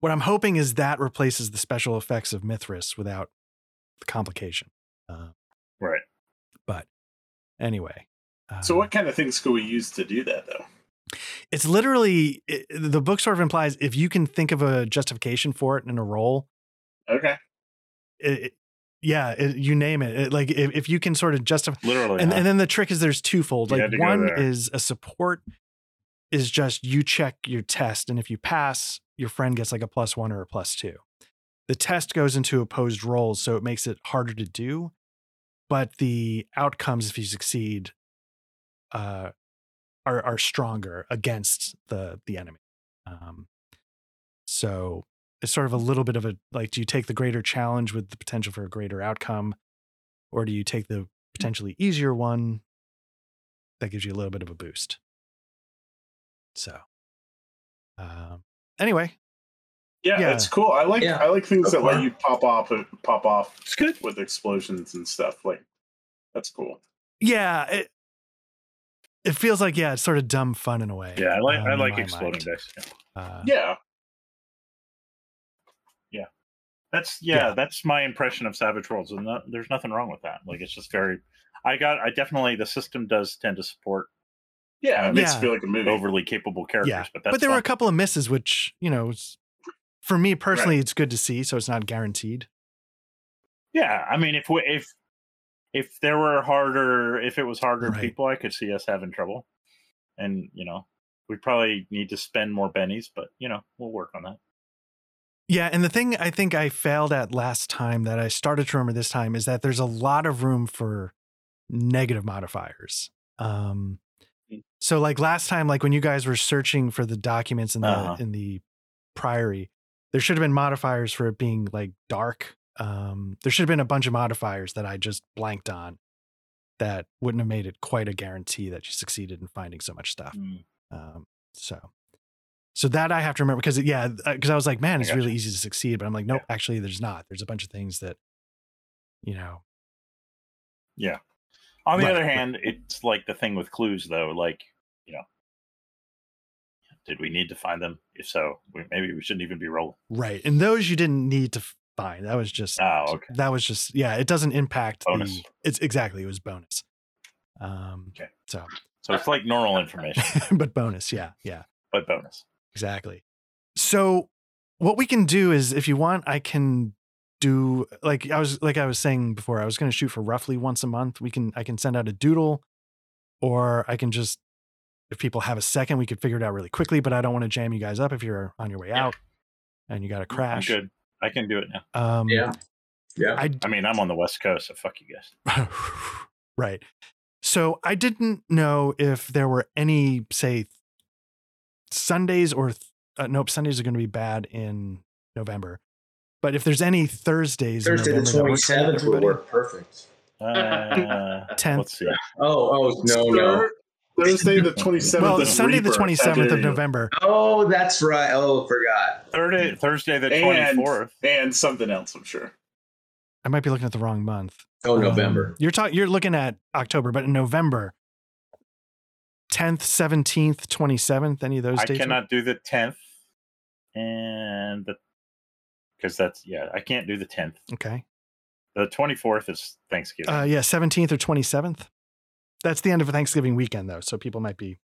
what I'm hoping is that replaces the special effects of Mithras without the complication. Uh, right. but anyway, uh, So, what kind of things could we use to do that, though? It's literally i the book sort of implies if you can think of a justification for it in a role, Okay. it, it- yeah, it, you name it. It- like if, if you can sort of justify Oh, Literally. and, huh? and then the trick is there's twofold. You Like had to go one there. is a support is just you check your test, and if you pass, your friend gets like a plus one or a plus two. The test goes into opposed roles, so it makes it harder to do. But the outcomes, if you succeed, uh, are are stronger against the the enemy. Um, so it's sort of a little bit of a like, do you take the greater challenge with the potential for a greater outcome, or do you take the potentially easier one that gives you a little bit of a boost. So, um, anyway, Yeah, Yeah. it's cool. I like Yeah. I like things that let Okay. you pop off uh, pop off it's good. with explosions and stuff. Like, that's cool. yeah, it, it feels like yeah, it's sort of dumb fun in a way. Yeah, I like um, I in like my mind. exploding dice. Yeah. Uh, Yeah. That's yeah, Yeah. that's my impression of Savage Worlds, and no- there's nothing wrong with that. Like it's just very. I got. I definitely the system does tend to support Yeah, it makes Yeah. you feel like a movie. overly capable characters, Yeah, but that's but there were a fun. couple of misses, which you know, it's, for me personally, it's good to see, so it's not guaranteed. yeah. I mean, if we, if if there were harder, if it was harder Right. people, I could see us having trouble, and you know, we probably need to spend more bennies, but you know, we'll work on that. Yeah, and the thing I think I failed at last time that I started to remember this time is that there's a lot of room for negative modifiers. Um, so like last time, like when you guys were searching for the documents in the Uh-huh. in the priory, there should have been modifiers for it being like dark. Um, there should have been a bunch of modifiers that I just blanked on that wouldn't have made it quite a guarantee that you succeeded in finding so much stuff. Mm. Um, so, so that I have to remember because yeah, because I was like, man, I it's gotcha. really easy to succeed, but I'm like, nope, actually, there's not. There's a bunch of things that, you know, On the Right, other right. hand, it's like the thing with clues, though. Like, you know, did we need to find them? If so, we, maybe we shouldn't even be rolling. right, and those you didn't need to find. That was just Oh, okay. that was just yeah. It doesn't impact Bonus. the. It's exactly it was bonus. Um. Okay. So, [LAUGHS] So it's like normal information, but bonus, yeah, yeah, but bonus. exactly. So, what we can do is, if you want, I can do like I was like I was saying before. I was going to shoot for roughly once a month. We can I can send out a doodle, or I can just if people have a second, we could figure it out really quickly. But I don't want to jam you guys up if you're on your way Yeah. Mm, out and you got to I'm crash. good. I can do it now. Um, Yeah. Yeah. I I mean, I'm on the West Coast, so fuck you guys. [LAUGHS] right. So I didn't know if there were any, say, Sundays or th- uh, nope, Sundays are going to be bad in November. But if there's any Thursdays, Thursday in the November that work for 27th would everybody? work perfect. Uh, Tenth. Let's see. Oh, oh, no, no. Thur- [LAUGHS] Thursday the twenty seventh. Well, Sunday the 27th of November. Oh, that's right. Oh, forgot. Thursday, Thursday the And- 24th. and something else. I'm sure. I might be looking at the wrong month. Oh, Um, November. you're talking. You're looking at October, but in November, tenth, seventeenth, twenty seventh. Any of those I days? work? cannot do the 10th. And the. Because that's, yeah, I can't do the 10th. Okay. The 24th is Thanksgiving. Uh, yeah, seventeenth or twenty seventh. That's the end of Thanksgiving weekend, though, so people might be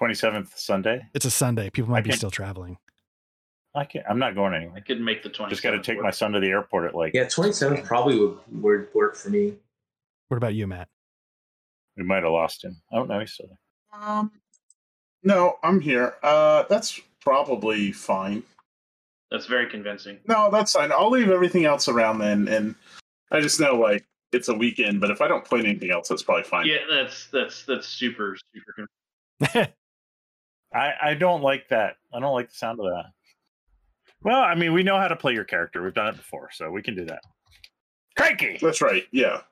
27th, Sunday. It's a Sunday. People might be can't- still traveling. I can't, I'm not going anywhere. I could make the twenty. just got to take my son to the airport at like Yeah, 27th probably would, would work for me. What about you, Matt? Oh, we might have lost him. I don't know. He's still there. Um, No, I'm here. Uh, that's probably fine. That's very convincing. No, that's fine. I'll leave everything else around then, and I just know like it's a weekend. But if I don't plan anything else, that's probably fine. Yeah, that's that's that's super super. Con- I, I don't like that. I don't like the sound of that. Well, I mean, we know how to play your character. We've done it before, so we can do that. Cranky. That's right. Yeah.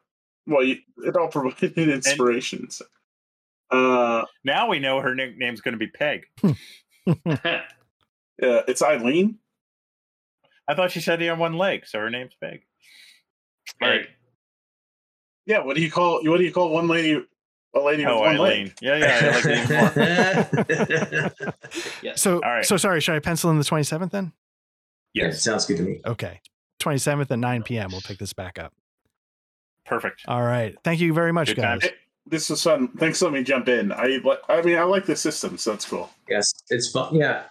Well, you, it all [LAUGHS] provided inspiration. so. Uh, Now we know her nickname's going to be Peg. yeah, it's Eileen. I thought she said he had one leg, so her name's Peg. All right. Like, Yeah. What do you call? What do you call one lady? A lady Oh, with one Eileen. leg. Yeah, yeah. I like it even [LAUGHS] more. So, All right. so sorry. Should I pencil in the 27th then? [LAUGHS] yeah, Yes, sounds good to me. Okay. 27th at 9 p.m. We'll pick this back up. perfect. All right. Thank you very much, Good guys. times. This is fun. Thanks. for Let me jump in. I li- I mean, I like the system, so that's cool. Yes, it's fun. Yeah.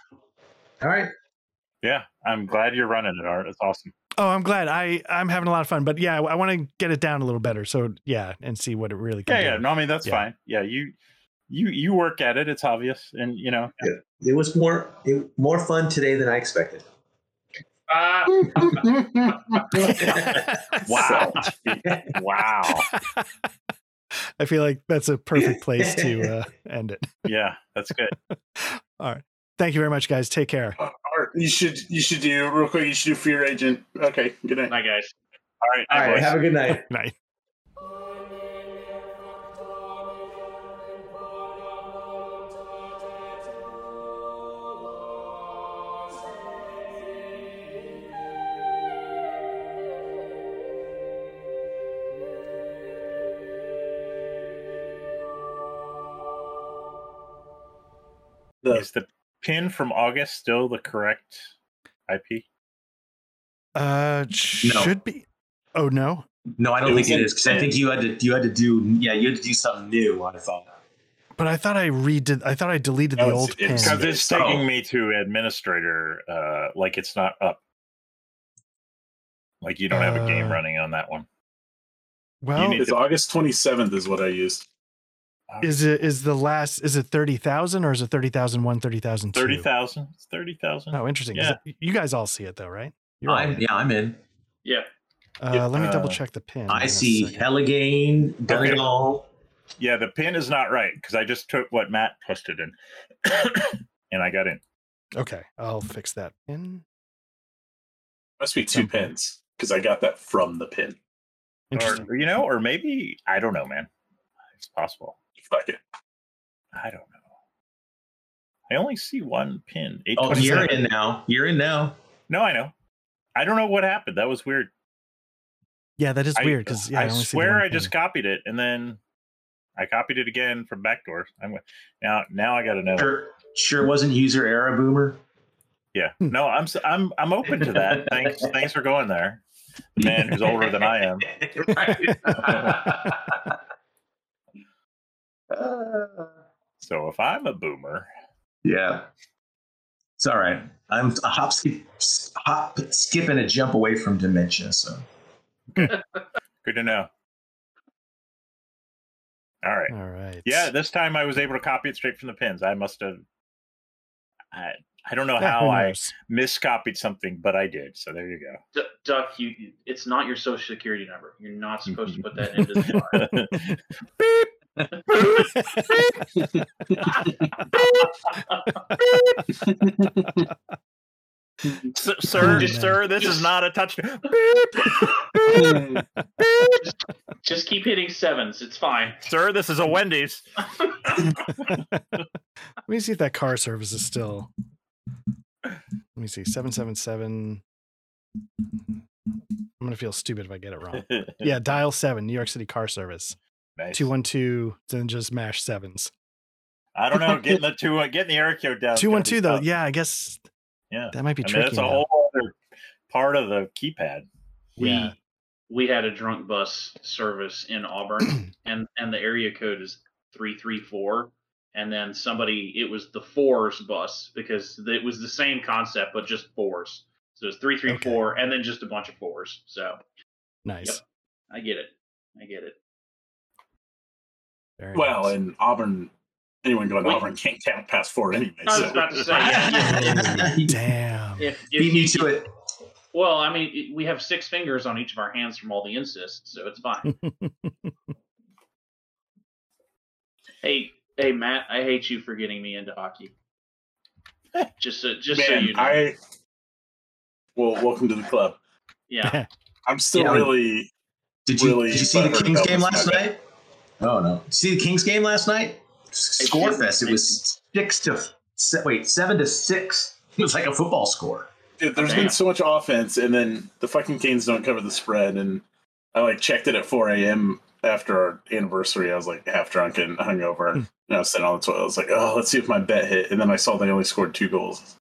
All right. Yeah, I'm glad you're running it, Art. That's awesome. Oh, I'm glad. I I'm having a lot of fun, but yeah, I, want to get it down a little better. So yeah, and see what it really can Yeah, yeah. do. No, I mean that's Yeah. fine. Yeah, you, you, you work at it. It's obvious, and [LAUGHS] you know, It was more it, more fun today than I expected. ah, wow, [LAUGHS] wow. [LAUGHS] I feel like that's a perfect place to uh, end it. Yeah, that's good. All right. Thank you very much, guys. Take care. Uh, Art, you should you should do real quick. You should do Fear Agent. Okay. Good night. my guys. All right, All night, right. boys. Have a good night. Night. Is the pin from August still the correct IP? Uh, should be. Oh no. [LAUGHS] No, I don't It think was it in is because I ten. think you had to you had to do yeah you had to do something new. I thought. But I thought I redid. I thought I deleted the No, it's- old pin. it's- Because it's Oh. taking me to administrator. Uh, like it's not up. Like you don't have a game Uh, running on that one. Well, need- It's August twenty seventh is what I used. is it is the last? Is it thirty thousand or is it thirty thousand one? Thirty thousand two? Thirty thousand. It's thirty thousand. Oh, interesting. 'cause You guys all see it though, right? You're all I'm, in. yeah, I'm in. Yeah. Uh, let me double Uh, check the pin. Hang on I a see second. Helligane, Dungal. Yeah, the pin is not right because I just took what Matt posted in, [COUGHS] and I got in. Okay, I'll fix that pin. Must be two Okay. pins because I got that from the pin. Interesting. Or, you know, or maybe I don't know, man. It's possible. [LAUGHS] Fuck it. I don't know. I only see one pin. Oh, you're 827. in now. You're in now. No, I know. I don't know what happened. That was weird. Yeah, that is I- weird because yeah, I, I, only see the swear one I just pin. copied it and then I copied it again from backdoor. I'm go- now now I got to know. Sure, sure wasn't user error boomer. [LAUGHS] Yeah. Hmm. No, I'm s- I'm I'm open to that. [LAUGHS] thanks thanks for going there. The man who's older than I am. So if I'm a boomer, [LAUGHS] yeah, it's all right. I'm a hop, skip, hop, skip, and a jump away from dementia. So good to know. All right. All right. Yeah, this time I was able to copy it straight from the pins. I must have. I I don't know Yeah, how who I knows? miscopied something, but I did. So there you D- Duck, you, you- it's not your social security number. You're [LAUGHS] not supposed to put that into the card. go. [LAUGHS] S- sir, Oh, sir, this is not a touchdown. Just keep hitting sevens. It's fine. sir, this is a [LAUGHS] Wendy's. Let me see if that car service is still. Let me see. Seven seven seven. I'm gonna feel stupid if I get it [LAUGHS] wrong. Yeah, dial seven, New York City car service. nice. Two one two, then just mash sevens. I [LAUGHS] don't know. Getting the two, uh, getting the air code down. is Two gonna one be two though. tough. Yeah, I guess. Yeah. That might be I mean, tricky. that's a now. whole other part of the keypad. We Yeah. we had a drunk bus service in Auburn, [CLEARS THROAT] and and the area code is three three four. And then somebody, it was the fours bus because it was the same concept but just fours. So it's three three Okay. four, and then just a bunch of fours. So Nice. Yep. I get it. I get it. Very Well, nice. in Auburn, Anyone going to Wait. Auburn can't count past four anyway. I so- was about to say. [LAUGHS] yeah. Damn. If, if Beat me you- to it. [LAUGHS] Well, I mean, it- we have six fingers on each of our hands from all the insists, so it's fine. hey, hey, Matt, I hate you for getting me into hockey. Just so, just so Man, you know. I well, welcome to the club. yeah. I'm still Yeah. really Did you, Really did you see the butthurt Kings about game this last guy. night? Oh no. Did you see the Kings game last night? Score fest. It was six to se- wait seven to six. [LAUGHS] It was like a football score. dude, there's Damn. been so much offense, and then the fucking Canes don't cover the spread. And I like checked it at 4 a.m. after our anniversary. I was like half drunk and hungover, Hmm. and I was sitting on the toilet. I was like, oh, let's see if my bet hit. And then I saw they only scored two goals.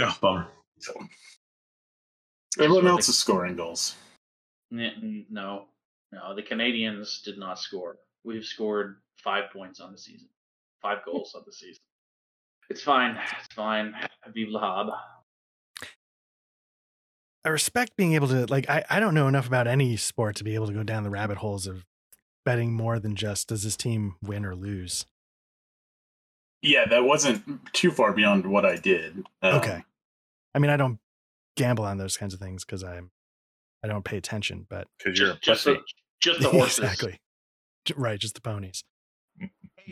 Oh bummer. Everyone what else they- is scoring goals. N- n- No, no, the Canadians did not score. We've scored five points on the season, five goals on the season. It's fine. It's fine. Vive la Hob. I respect being able to like I, I don't know enough about any sport to be able to go down the rabbit holes of betting more than just does this team win or lose. Yeah, that wasn't too far beyond what I did. Um, Okay. I mean I don't gamble on those kinds of things because I'm I don't pay attention, but because you're a Just, just, pussy. the, just [LAUGHS] the horses. exactly. J- Right, just the ponies.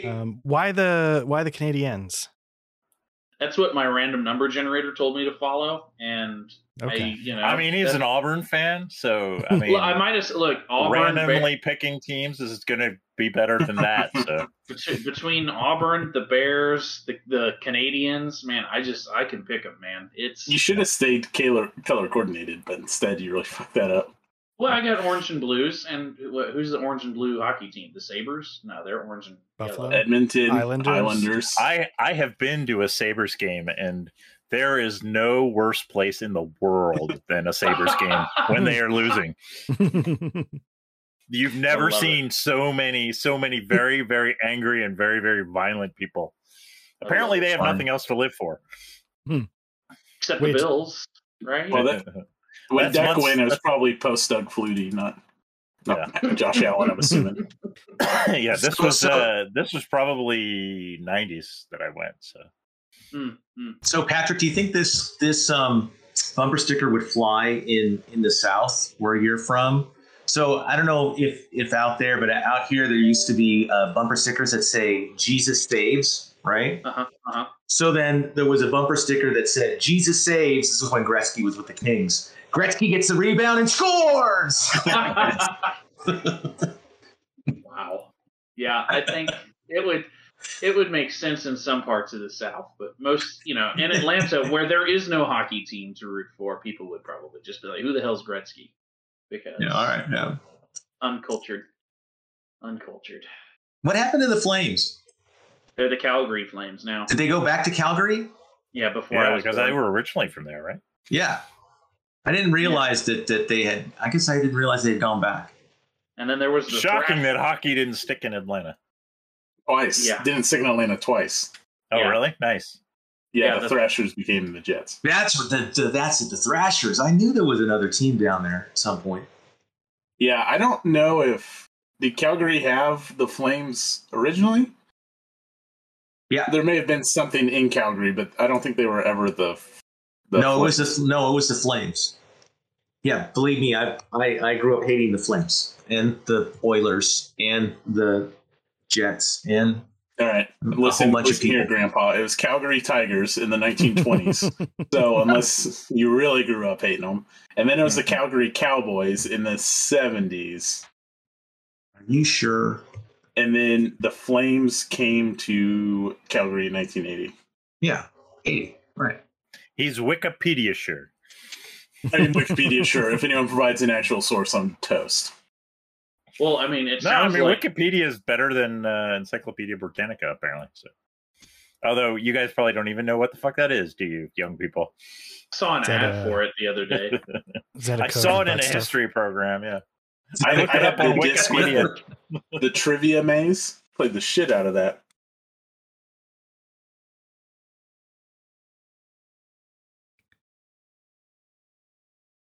Um, why the why the Canadians? That's what my random number generator told me to follow, and I, you know, I mean, he's that- an Auburn fan, so I mean, Well, I might as look Auburn Ba- randomly picking teams is going to be better than that. So bet- between Auburn, the Bears, the, the Canadians. Man, I just I can pick them, man. It's You should have stayed color color coordinated, but instead you really [LAUGHS] fucked that up. Well, I got orange and blues, and wh- who's the orange and blue hockey team? The Sabers? No, they're orange and Buffalo? yellow. Edmonton Islanders. Islanders. I I have been to a Sabres game, and there is no worse place in the world [LAUGHS] than a Sabres game when they are losing. You've never love it. seen so many [LAUGHS] so many very very angry and very very violent people. love Apparently, it. they have Fun. nothing else to live for. Except Wait. the Bills, right? Well, that- when That's Dak months- went, it was probably post Doug Flutie, not, not [LAUGHS] Josh Allen. I'm assuming. [LAUGHS] yeah, this So- was so- uh, this was probably '90s that I went. So Mm, mm. So Patrick, do you think this this um, Bumper sticker would fly in in the south. where you're from? So I don't know if if out there, but out here there used to be uh, bumper stickers that say "Jesus saves," right? Uh-huh, uh-huh. So then there was a bumper sticker that said, Jesus saves. This was when Gretzky was with the Kings. Gretzky gets the rebound and scores. wow. Yeah, I think it would it would make sense in some parts of the South, but most you know, in Atlanta where there is no hockey team to root for, people would probably just be like, "Who the hell's Gretzky?" Because right. Yeah. uncultured, uncultured. What happened to the Flames? They're the Calgary Flames now. Did they go back to Calgary? Yeah, before I yeah, was because born. they were originally from there, right? Yeah. I didn't realize that that they had. I guess I didn't realize they had gone back. And then there was the Shocking thrash- that hockey didn't stick in Atlanta. Twice. Yeah. Didn't signal Atlanta twice. Oh, Yeah. really? Nice. Yeah, Yeah, the that's- Thrashers became the Jets. That's what the, the that's it, the Thrashers. I knew there was another team down there at some point. Yeah, I don't know if did Calgary have the Flames originally. Yeah. there may have been something in Calgary, but I don't think they were ever the. the no, Flames. it was the no, it was the Flames. Yeah, believe me, I, I I grew up hating the Flames and the Oilers and the Jets and All right, A listen, whole bunch of listen here, people. Grandpa. It was Calgary Tigers in [LAUGHS] [LAUGHS] the 1920s. so unless you really grew up hating them, and then it was the Calgary Cowboys in the 70s, Are you sure? and then the Flames came to Calgary in 1980. Yeah. Hey, right. He's Wikipedia sure. I [LAUGHS] mean, Wikipedia, sure. If anyone provides an actual source, I'm toast. Well, I mean, it No, I sounds mean like Wikipedia is better than uh, Encyclopedia Britannica, apparently. So, although you guys probably don't even know what the fuck that is, do you, young people? I saw an Is that ad a- for it the other [LAUGHS] day. Is that a I code saw for it in butt a stuff? history program. Yeah, I, I looked I it had up on the disc with Wikipedia. the- the trivia maze. Played the shit out of that. I, So uh,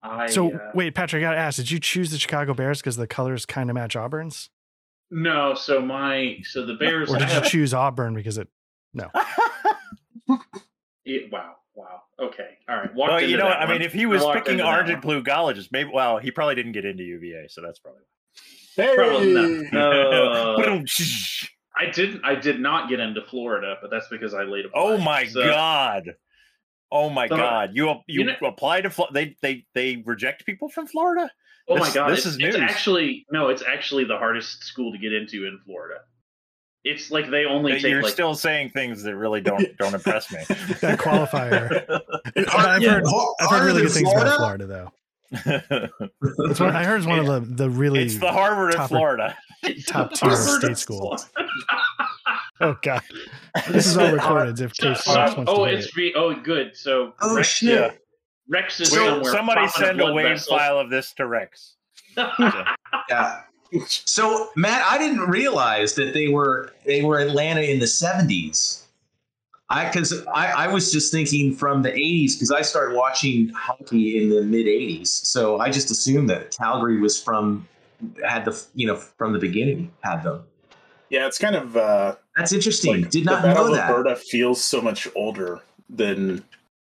uh, uh, wait, Patrick, I gotta ask, did you choose the Chicago Bears because the colors kind of match Auburn's? No, so my so the bears. Or I did you [LAUGHS] have, choose Auburn because it? it- wow, wow. Okay, all right. Walked well, into you know, that what? I one. mean, if he was Walked picking into that orange one. and blue colleges, maybe. Well, he probably didn't get into UVA, so that's probably. Hey! Probably not. Uh, [LAUGHS] Boom, shh. I didn't. I did not get into Florida, but that's because I laid a. oh plan. my So- god! Oh my So- god! You ap- you, You know- apply to Flo- they they they reject people from Florida. Oh This- my god! this it's, is it's news. actually no. It's actually the hardest school to get into in Florida. It's like they only take You're like [LAUGHS] still saying things that really don't don't impress me. [LAUGHS] That qualifier. [LAUGHS] But I've yeah. heard, Har- I've heard harder really than good things about Florida? Florida, though. It's one, I heard it's [LAUGHS] one of the, the really it's the Harvard of Topper. Florida. top tier Harvard state is schools. Oh [LAUGHS] god, this is all recorded. If So- Case so- Fox wants oh, to hear it's re- oh good. So Oh, Rex, shit. yeah. Rex is Will somewhere. somebody popping up send a blood wave vessels. file of this to Rex. Yeah. So Matt, I didn't realize that they were they were Atlanta in the seventies. I because I, I was just thinking from the eighties because I started watching hockey in the mid eighties, so I just assumed that Calgary was from had the you know from the beginning had them. yeah, it's kind of uh, That's interesting. Like, Did not the Battle know of that. Alberta feels so much older than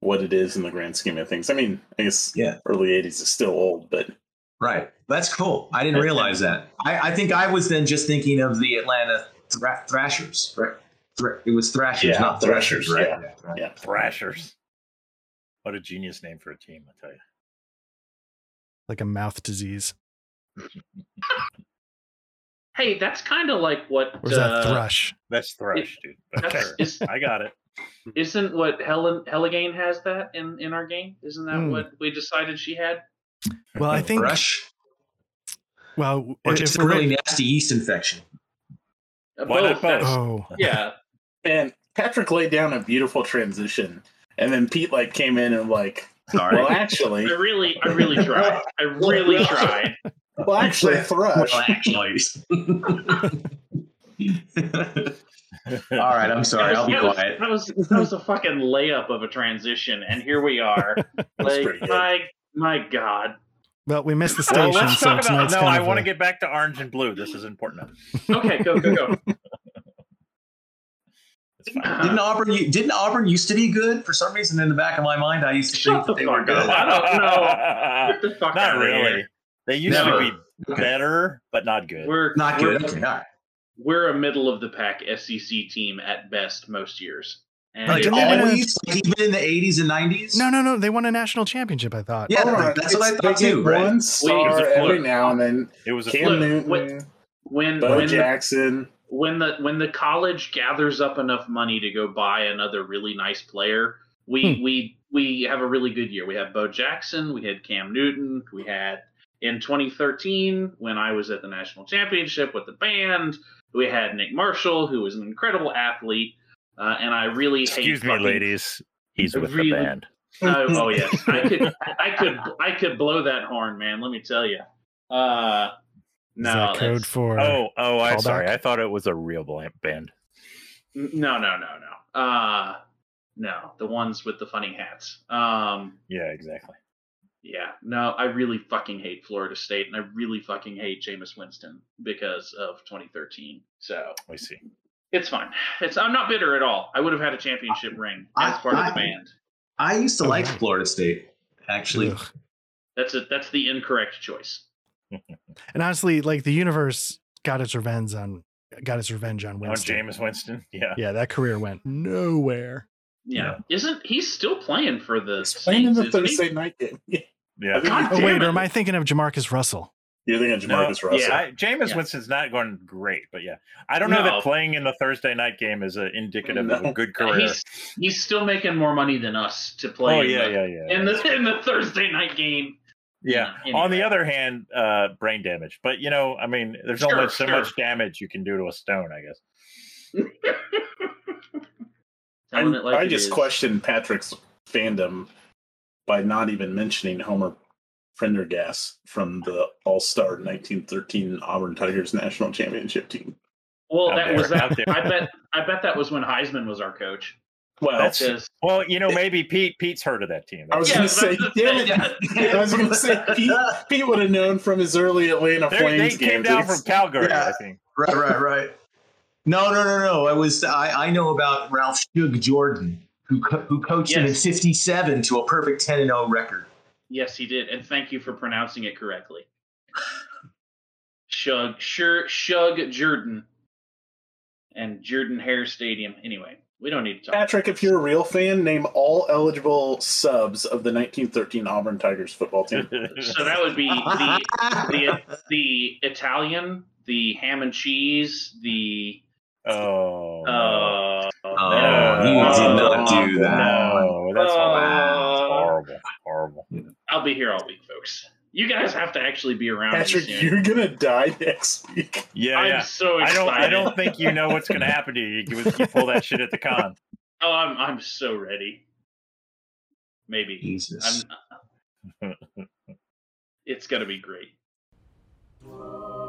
what it is in the grand scheme of things. I mean, I guess Yeah. early '80s is still old, but Right. That's cool. I didn't Okay. realize that. I, I think I was then just thinking of the Atlanta thra- Thrashers. Right. Thr- it was Thrashers, Yeah, not Thrashers, Thrashers, right? yeah. Thrashers. yeah, Thrashers. What a genius name for a team, I tell you. like a mouth disease, [LAUGHS] Hey, that's kind of like what. or is that uh, thrush? That's thrash, [LAUGHS] dude. But That's, sure. is, I got it. isn't what Helen Helligane has that in in our game? Isn't that Hmm. what we decided she had? Well, I think. Thrush. Well, Or if just a we're- really nasty yeast infection. Uh, Why not both? that's- oh, Yeah, and Patrick laid down a beautiful transition, and then Pete like came in and like, Sorry. well, actually, [LAUGHS] I really, I really tried. I [LAUGHS] really tried. well, actually, Thrush. Well, actually. [LAUGHS] All right, I'm sorry. I'll be that, was, quiet. that was that was a fucking layup of a transition, and here we are. like pretty good. my my god. well, we missed the Well, station, let's so talk it's about. not. No, I want to get back to orange and blue. This is important. Okay, go go [LAUGHS] go. It's fine. Didn't Auburn? u- Didn't Auburn used to be good? For some reason, in the back of my mind, I used to Shut think the that they were fuck good. up. [LAUGHS] I [LAUGHS] Not Get the fuck out of really. here. They used Never. to be better, but not good. We're Not we're- good. Okay, all right. We're a middle of the pack SEC team at best most years. And Like, it didn't they win always- a- Always, like, even in the 80s and 90s. No, no, no. They won a national championship. I thought. Yeah, Hold on, that's what I it's- thought they get too. Right? One star flip. every now and then. It was a Cam flip. Newton, What- when Bo when the, Jackson. when the when the college gathers up enough money to go buy another really nice player, we Hmm. we we have a really good year. We have Bo Jackson, we had Cam Newton, we had in 2013 when I was at the national championship with the band, we had Nick Marshall, who was an incredible athlete, uh, and I really Excuse hate me, fucking- ladies. He's with the Really- band. No, oh yes, I could, I could, I could blow that horn, man. Let me tell you. Uh, Is no, that that's- code for? Oh, oh, I'm Callback? sorry. I thought it was a real bl- band. n- no, no, no, no. Uh, no, the ones with the funny hats. Um, Yeah, exactly. yeah, no, I really fucking hate Florida State, and I really fucking hate Jameis Winston because of 2013. So I see. it's fine. It's I'm not bitter at all. I would have had a championship ring as I- part of I- the band. I used to Oh, like right. Florida State, actually. ugh. That's it. That's the incorrect choice. And honestly, like the universe got its revenge on got its revenge on On Winston. James Winston. [LAUGHS] Yeah. Yeah, that career went nowhere. Yeah. isn't he's still playing for the He's playing in the Saints, isn't he? Thursday night game. [LAUGHS] Yeah. Yeah. God Oh damn wait, it. or am I thinking of Jamarcus Russell? You're thinking No, Jamarcus Russell. I, Jameis Yeah. Winston's not going great, but yeah, I don't know No. that playing in the Thursday night game is uh, indicative of a [LAUGHS] No. good career. He's he's still making more money than us to play. oh in yeah, the, yeah, yeah, In the in the Thursday night game. yeah. Anyway. On the other hand, uh, brain damage. But you know, I mean, there's Sure, only so sure. much damage you can do to a stone, I guess. telling it like I it just is. questioned Patrick's fandom by not even mentioning Homer Prendergast from the All Star 1913 Auburn Tigers National Championship team. Well, Out that there, was that. out there. I bet I bet that was when Heisman was our coach. Well, That's- Because Well, you know, maybe Pete Pete's heard of that team. I was Yeah, going to that's say, the damn thing. [LAUGHS] it. I was going to say, Pete, Pete would have known from his early Atlanta They're- they Flames came games. down from Calgary, Yeah. I think. [LAUGHS] [LAUGHS] right, right, right. No, no, no, no. I was I, I know about Ralph Shug Jordan, who co- who coached him in Yes. '57 to a perfect 10 and [LAUGHS] 0 record. Yes, he did, and thank you for pronouncing it correctly. Shug, sure, Shug Jordan, and Jordan Hare Stadium. Anyway, we don't need to talk. Patrick, if you're a real fan, name all eligible subs of the 1913 Auburn Tigers [LAUGHS] football team. So that would be the Oh, the the Italian, the ham and cheese, the oh. uh, Oh, No, he did not no, do that. No, that's Uh, horrible. Horrible. I'll be here all week, folks. You guys have to actually be around. Patrick, me soon. you're gonna die next week. Yeah, I'm Oh, yeah. so I excited. don't. I don't think you know what's going to happen to you. You, you pull that shit at the con. [LAUGHS] Oh, I'm I'm so ready. Maybe Jesus. [LAUGHS] I'm. It's gonna be great. Thank